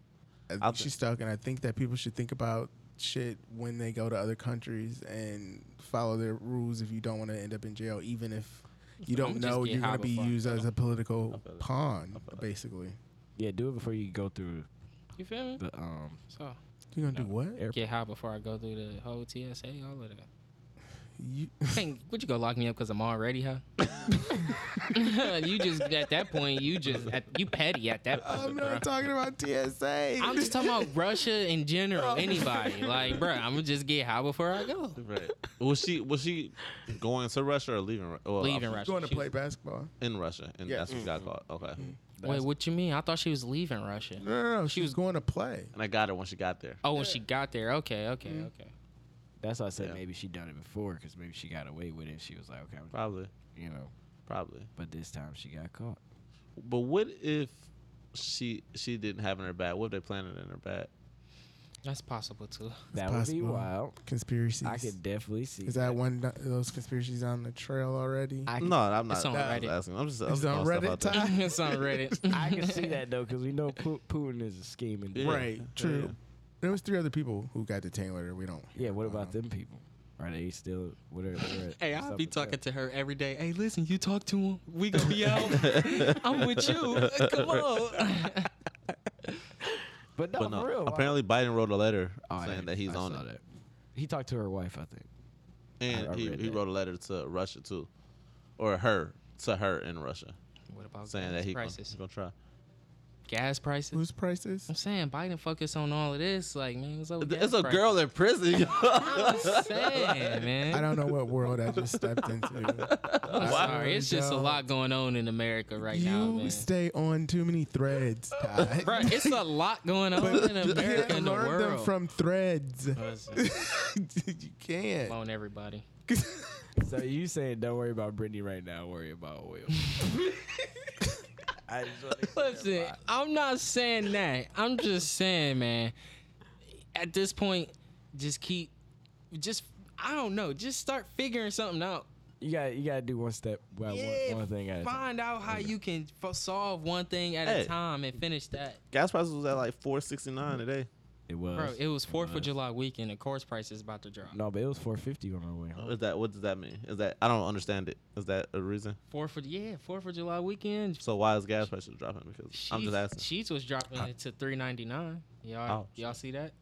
Speaker 4: I think
Speaker 1: I'll
Speaker 4: she's stuck, and I think that people should think about shit when they go to other countries and follow their rules if you don't want to end up in jail, even if you don't
Speaker 5: I'ma just
Speaker 4: know
Speaker 5: get
Speaker 4: you're going
Speaker 5: high
Speaker 4: to be
Speaker 5: before I
Speaker 4: used
Speaker 5: go.
Speaker 4: as a political
Speaker 1: feel it.
Speaker 4: pawn, basically.
Speaker 3: Yeah, do it before you go through
Speaker 5: You feel me?
Speaker 3: the um.
Speaker 5: So
Speaker 4: You're going to do what?
Speaker 3: air-
Speaker 5: get high before I go through the whole TSA, all of that.
Speaker 4: You,
Speaker 5: Hey, would you go lock me up because I'm already high? you just at that point, you just at, you petty at that point.
Speaker 4: I'm
Speaker 5: bruh.
Speaker 4: not talking about TSA.
Speaker 5: I'm just talking about Russia in general. Anybody, like, bro, I'm gonna just get high before I go.
Speaker 1: Right. was she was she going to Russia or leaving? Ru- Well,
Speaker 5: Leaving
Speaker 1: uh,
Speaker 5: Russia.
Speaker 4: going to
Speaker 5: She
Speaker 4: play
Speaker 5: was-
Speaker 4: basketball.
Speaker 1: in Russia, and
Speaker 4: Yeah.
Speaker 1: that's what she got caught. Okay.
Speaker 5: Wait, what you mean? I thought she was leaving Russia.
Speaker 4: No, no, no. She, was going to play.
Speaker 1: And I got her when she got there.
Speaker 5: Oh, when she got there. Okay, okay,
Speaker 1: Mm-hmm.
Speaker 5: okay.
Speaker 3: That's why I said
Speaker 1: Yeah.
Speaker 3: maybe she done it before, cause maybe she got away with it. She was like, okay, I'm,
Speaker 1: Probably.
Speaker 3: you know,
Speaker 1: Probably.
Speaker 3: but this time she got caught.
Speaker 1: But what if she she didn't have it in her bag? What if they planted it in her bag?
Speaker 5: That's possible too.
Speaker 3: that would be
Speaker 4: possible.
Speaker 3: wild.
Speaker 4: Conspiracies.
Speaker 3: I could definitely see.
Speaker 4: Is that one of those conspiracies on the trail already?
Speaker 3: I could,
Speaker 1: No, I'm not.
Speaker 5: It's on
Speaker 1: I was
Speaker 5: Reddit.
Speaker 1: asking. I'm just. I'm
Speaker 4: It's
Speaker 1: just
Speaker 4: on
Speaker 1: throwing stuff out there.
Speaker 4: Reddit time.
Speaker 5: it's on Reddit.
Speaker 3: I can see that though, cause we know Pu- Putin is a scheming. dude.
Speaker 1: Yeah.
Speaker 4: Right.
Speaker 1: Yeah,
Speaker 4: True.
Speaker 1: yeah.
Speaker 4: There was three other people who got detained later. We don't.
Speaker 3: Yeah. What
Speaker 4: about
Speaker 3: about them people? Are they still? What are? What are
Speaker 5: Hey, I'll
Speaker 3: stuff
Speaker 5: be
Speaker 3: with them?
Speaker 5: talking to her every day. Hey, listen, you talk to him. We gonna be out. I'm with you. Come on.
Speaker 3: But no,
Speaker 1: But
Speaker 3: for real.
Speaker 1: no,
Speaker 3: why-
Speaker 1: apparently Biden wrote a letter
Speaker 3: Oh, I
Speaker 1: saying
Speaker 3: heard-
Speaker 1: that he's
Speaker 3: I
Speaker 1: on
Speaker 3: saw
Speaker 1: it,
Speaker 3: that. He talked to her wife, I think. I- I
Speaker 1: and he,
Speaker 3: read
Speaker 1: he
Speaker 3: that.
Speaker 1: wrote a letter to Russia too, or her to her in Russia,
Speaker 5: What about
Speaker 1: saying
Speaker 5: gas
Speaker 1: that he gonna,
Speaker 5: prices?
Speaker 1: he gonna try.
Speaker 5: gas prices.
Speaker 4: Whose prices?
Speaker 5: I'm saying Biden focus on all of this. Like, man, what's up with
Speaker 1: It's
Speaker 5: gas
Speaker 1: a
Speaker 5: prices?
Speaker 1: girl in prison.
Speaker 5: I'm saying, man.
Speaker 4: I don't know what world I just stepped into. Wow.
Speaker 5: I'm sorry. It's just a lot going on in America right
Speaker 4: you
Speaker 5: now, man.
Speaker 4: stay on too many threads, Ty.
Speaker 5: Bro, it's a lot going on
Speaker 4: But
Speaker 5: in
Speaker 4: you
Speaker 5: America
Speaker 4: can't
Speaker 5: and the
Speaker 4: learn
Speaker 5: world.
Speaker 4: them from threads.
Speaker 5: Listen,
Speaker 4: you can't.
Speaker 5: Come on, everybody.
Speaker 3: So you saying don't worry about Brittany right now, worry about oil. I just wanna
Speaker 5: Listen,
Speaker 3: clarify.
Speaker 5: I'm not saying that. I'm just saying, man. At this point, just keep, just I don't know. Just start figuring something out.
Speaker 3: You got you gotta do one step by
Speaker 5: Yeah,
Speaker 3: one, one thing at a time.
Speaker 5: Find out how you can f- solve one thing at
Speaker 1: Hey.
Speaker 5: a time and finish that.
Speaker 1: Gas prices was at like four sixty nine today.
Speaker 3: It was
Speaker 5: Bro, it was Fourth of
Speaker 3: was.
Speaker 5: July weekend. The course price is about to drop.
Speaker 3: No, but it was four fifty on our way home.
Speaker 1: Is that what does that mean? Is that I don't understand it. Is that a reason?
Speaker 5: Fourth of yeah, Fourth of July weekend.
Speaker 1: So why is gas prices dropping? Because I'm
Speaker 5: Sheets-
Speaker 1: just asking. Uh,
Speaker 5: Sheets was dropping it to three ninety nine. Y'all,
Speaker 1: Oh,
Speaker 5: y'all see that?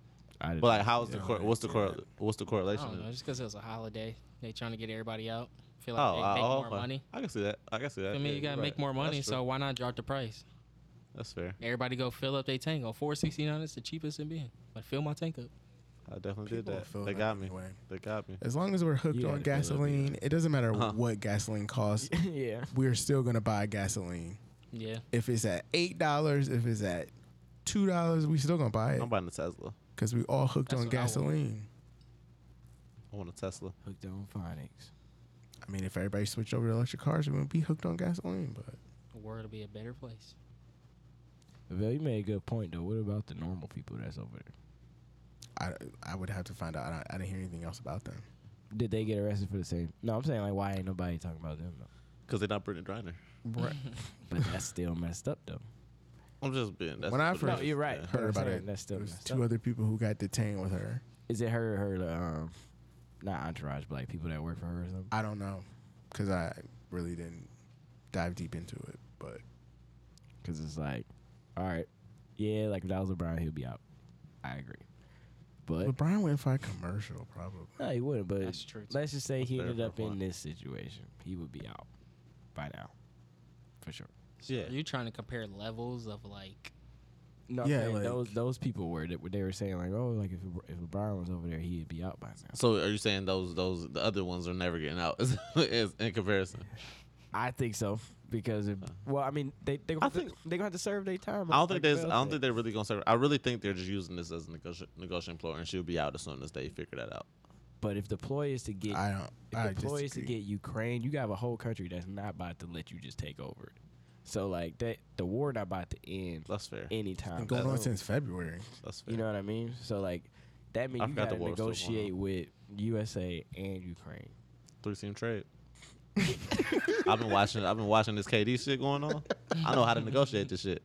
Speaker 3: I didn't-
Speaker 1: But like, how is the
Speaker 3: yeah.
Speaker 1: cor- what's the cor- what's the
Speaker 5: I
Speaker 1: correlation?
Speaker 5: don't know.
Speaker 1: in it?
Speaker 5: Just because it was a holiday, they trying to get everybody out. Feel
Speaker 1: Oh,
Speaker 5: like they
Speaker 1: I,
Speaker 5: make
Speaker 1: oh,
Speaker 5: more
Speaker 1: okay.
Speaker 5: money.
Speaker 1: I can see that. I can see that.
Speaker 5: I
Speaker 1: Yeah,
Speaker 5: mean, you
Speaker 1: you're
Speaker 5: gotta
Speaker 1: right.
Speaker 5: make more money,
Speaker 1: That's true.
Speaker 5: so why not drop the price?
Speaker 1: that's fair.
Speaker 5: Everybody go fill up their tank on four sixty nine. It's the cheapest in being. But fill my tank up.
Speaker 1: I definitely
Speaker 4: People
Speaker 1: did
Speaker 4: feel
Speaker 1: that. They
Speaker 4: that
Speaker 1: got me.
Speaker 4: anyway.
Speaker 1: They got me.
Speaker 4: As long as we're hooked
Speaker 3: You
Speaker 4: on
Speaker 3: gotta feel it,
Speaker 4: gasoline, it doesn't matter
Speaker 1: Huh.
Speaker 4: what gasoline costs.
Speaker 3: yeah.
Speaker 4: We're still gonna buy gasoline.
Speaker 5: Yeah.
Speaker 4: If it's at eight dollars, if it's at two dollars, we still gonna buy it
Speaker 1: I'm buying a Tesla.
Speaker 4: because we all hooked
Speaker 5: That's
Speaker 4: on
Speaker 5: what I want.
Speaker 4: gasoline.
Speaker 1: I want a Tesla.
Speaker 3: Hooked on phonics.
Speaker 4: I mean, if everybody switched over to electric cars, we wouldn't be hooked on gasoline. But
Speaker 5: The world will be a better place.
Speaker 3: Vel, you made a good point though. What about the normal people that's over there?
Speaker 4: I, I would have to find out. I, don't- I didn't hear anything else about them.
Speaker 3: Did they get arrested for the same? No, I'm saying like why ain't nobody talking about them though?
Speaker 1: because they're not Brittany Griner.
Speaker 4: Right.
Speaker 3: But that's still messed up though.
Speaker 1: I'm just being. That's
Speaker 4: When I
Speaker 1: what it
Speaker 4: first-
Speaker 3: No,
Speaker 1: is.
Speaker 3: you're right.
Speaker 1: Yeah.
Speaker 3: But
Speaker 4: Heard
Speaker 3: I'm
Speaker 4: about
Speaker 3: saying
Speaker 4: it.
Speaker 3: That's still
Speaker 4: There's
Speaker 3: messed
Speaker 4: two
Speaker 3: up.
Speaker 4: other people who got detained with her.
Speaker 3: Is it her? Her? Um, not entourage, but like people that work for her or something.
Speaker 4: I don't know, because I really didn't dive deep into it. But
Speaker 3: Because it's like, all right, yeah, like if that was LeBron, he'll be out. I agree. But
Speaker 4: LeBron went for a commercial, probably.
Speaker 3: no, he wouldn't. But
Speaker 5: That's true, too.
Speaker 3: let's just say he
Speaker 1: Fair
Speaker 3: ended
Speaker 1: for
Speaker 3: up in
Speaker 1: one.
Speaker 3: this situation, he would be out by now, for sure.
Speaker 1: Yeah.
Speaker 5: Are you trying to compare levels of like
Speaker 3: No,
Speaker 4: Yeah,
Speaker 3: yeah,
Speaker 4: like-
Speaker 3: those those people were that they were saying like, oh, like if Le- if LeBron was over there, he'd be out by now.
Speaker 1: So are you saying those those the other ones are never getting out? is- is in comparison,
Speaker 3: I think so because if, well, I mean they they gonna
Speaker 1: I
Speaker 3: have to-
Speaker 1: think-
Speaker 3: they gonna have to serve their time.
Speaker 1: I don't think
Speaker 3: like
Speaker 1: there's.
Speaker 3: Bell
Speaker 1: I don't
Speaker 3: said.
Speaker 1: think they're really gonna serve. I really think they're just using this as a negoti- negotiating ploy, and she'll be out as soon as they figure that out.
Speaker 3: But if the ploy is to get
Speaker 4: I don't.
Speaker 3: if
Speaker 4: I
Speaker 3: the ploy is to
Speaker 4: disagree.
Speaker 3: get Ukraine, you got a whole country that's not about to let you just take over it. So like that, the war not about to end
Speaker 1: That's fair.
Speaker 3: anytime.
Speaker 4: Been going on
Speaker 1: that's-
Speaker 4: since February.
Speaker 1: That's fair.
Speaker 3: You know what I mean? So like that means
Speaker 1: I
Speaker 3: you
Speaker 1: forgot
Speaker 3: got
Speaker 1: the
Speaker 3: to
Speaker 1: war was still going
Speaker 3: negotiate
Speaker 1: on.
Speaker 3: with USA and Ukraine.
Speaker 1: three team trade. I've been watching. I've been watching this KD shit going on. I know how to negotiate this shit.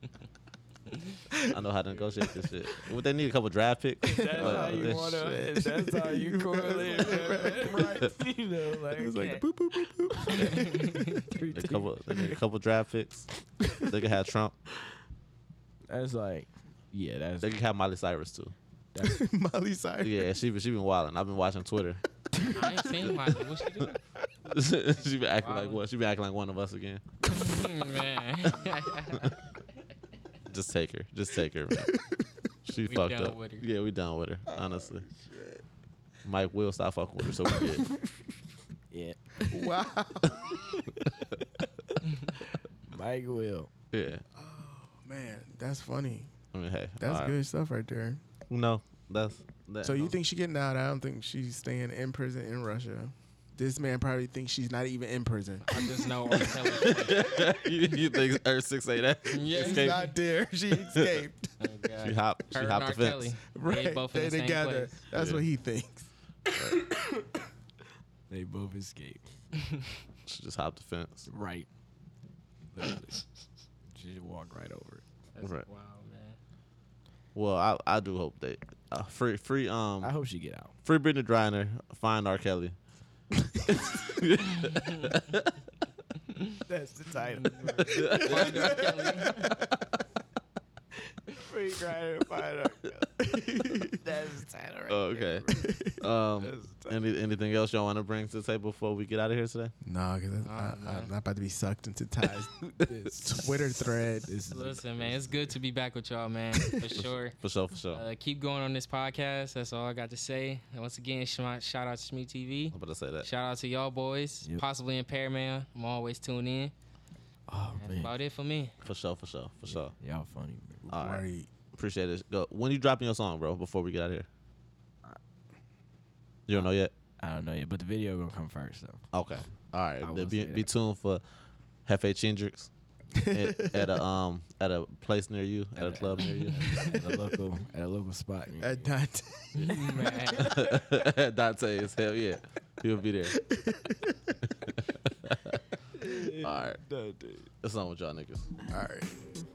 Speaker 1: I know how to negotiate this shit. Would they need a couple draft picks? But Uh, this shit-
Speaker 3: to. That's how you correlate.
Speaker 1: Right.
Speaker 3: You know, like,
Speaker 4: It was like boop boop boop boop.
Speaker 3: three
Speaker 1: a couple, they need a couple draft picks. They could have Trump.
Speaker 3: That's like, yeah, that's
Speaker 1: They could have Miley Cyrus too.
Speaker 4: Molly Cyrus.
Speaker 1: Yeah, she been- she been wilding. I've been watching Twitter.
Speaker 5: I ain't seen my what you doing?
Speaker 1: she been acting like
Speaker 5: Wildin'.
Speaker 1: what? She been acting like one of us again.
Speaker 5: Man.
Speaker 1: Just take her. Just take her. Man. She
Speaker 5: We
Speaker 1: fucked
Speaker 5: done
Speaker 1: up.
Speaker 5: with her.
Speaker 1: Yeah, we done with her. Honestly, Mike will stop fucking with her. So we good.
Speaker 3: yeah.
Speaker 4: Wow.
Speaker 3: Mike will.
Speaker 1: Yeah.
Speaker 4: Man, that's funny.
Speaker 1: I mean, hey,
Speaker 4: That's
Speaker 1: all right.
Speaker 4: good stuff right there.
Speaker 1: No, that's that.
Speaker 4: So you
Speaker 1: no.
Speaker 4: think she getting out? I don't think she's staying in prison in Russia. This man probably thinks she's not even in prison.
Speaker 5: I just know I'm telling you.
Speaker 1: you, you think her six eight that?
Speaker 5: Yeah.
Speaker 4: She's not there. She escaped.
Speaker 5: Oh, God.
Speaker 1: She hop, she
Speaker 5: Her and
Speaker 1: hopped
Speaker 5: R.
Speaker 1: the fence.
Speaker 5: Kelly.
Speaker 4: right.
Speaker 5: They both in the same place.
Speaker 4: That's
Speaker 1: Yeah.
Speaker 4: what he thinks.
Speaker 3: They both escape.
Speaker 1: She just hopped the fence.
Speaker 3: Right. Literally. She just walked right over it.
Speaker 5: That's
Speaker 1: Right.
Speaker 5: Wow, man.
Speaker 1: Well, I I do hope they uh, free free um
Speaker 3: I hope she get out.
Speaker 1: free Brittany Griner, find R Kelly.
Speaker 3: That's the title.
Speaker 5: Find R. Kelly.
Speaker 3: Free grinder, find out. That's the title right
Speaker 1: Oh, okay. Um, any anything else y'all want to bring to the table before we get out of here today?
Speaker 4: No, because
Speaker 1: Oh,
Speaker 5: Nah,
Speaker 4: I,
Speaker 5: man.
Speaker 4: I'm not about to be sucked into Ty's Twitter thread.
Speaker 5: Listen, man, it's good to be back with y'all, man, for sure.
Speaker 1: For sure, for sure.
Speaker 5: Uh, keep going on this podcast. That's all I got to say. And once again, shmi- shout out to Shmee TV.
Speaker 1: I'm about to say that.
Speaker 5: Shout out to y'all boys.
Speaker 3: Yep.
Speaker 5: Possibly impaired, man. I'm always tuned in.
Speaker 3: Oh,
Speaker 5: That's
Speaker 3: man.
Speaker 5: about it for me.
Speaker 1: For sure, for sure, for sure.
Speaker 3: Y'all funny, man.
Speaker 1: All right,
Speaker 4: Right.
Speaker 1: appreciate it. Go. When you dropping your song, bro? Before we get out of here. You don't know yet.
Speaker 3: I don't know yet, but the video gonna come first though.
Speaker 1: Okay. All right.
Speaker 3: I
Speaker 1: Then
Speaker 3: will
Speaker 1: Be,
Speaker 3: say
Speaker 1: be
Speaker 3: that.
Speaker 1: tuned for Hefe Chendrix at, at a um at a place near you, at a club near you.
Speaker 3: at a local at a local spot. near
Speaker 4: At
Speaker 3: you.
Speaker 4: Dante.
Speaker 5: Man.
Speaker 1: Dante's hell yeah, he'll be there. All right. What's on with y'all niggas?
Speaker 4: All right.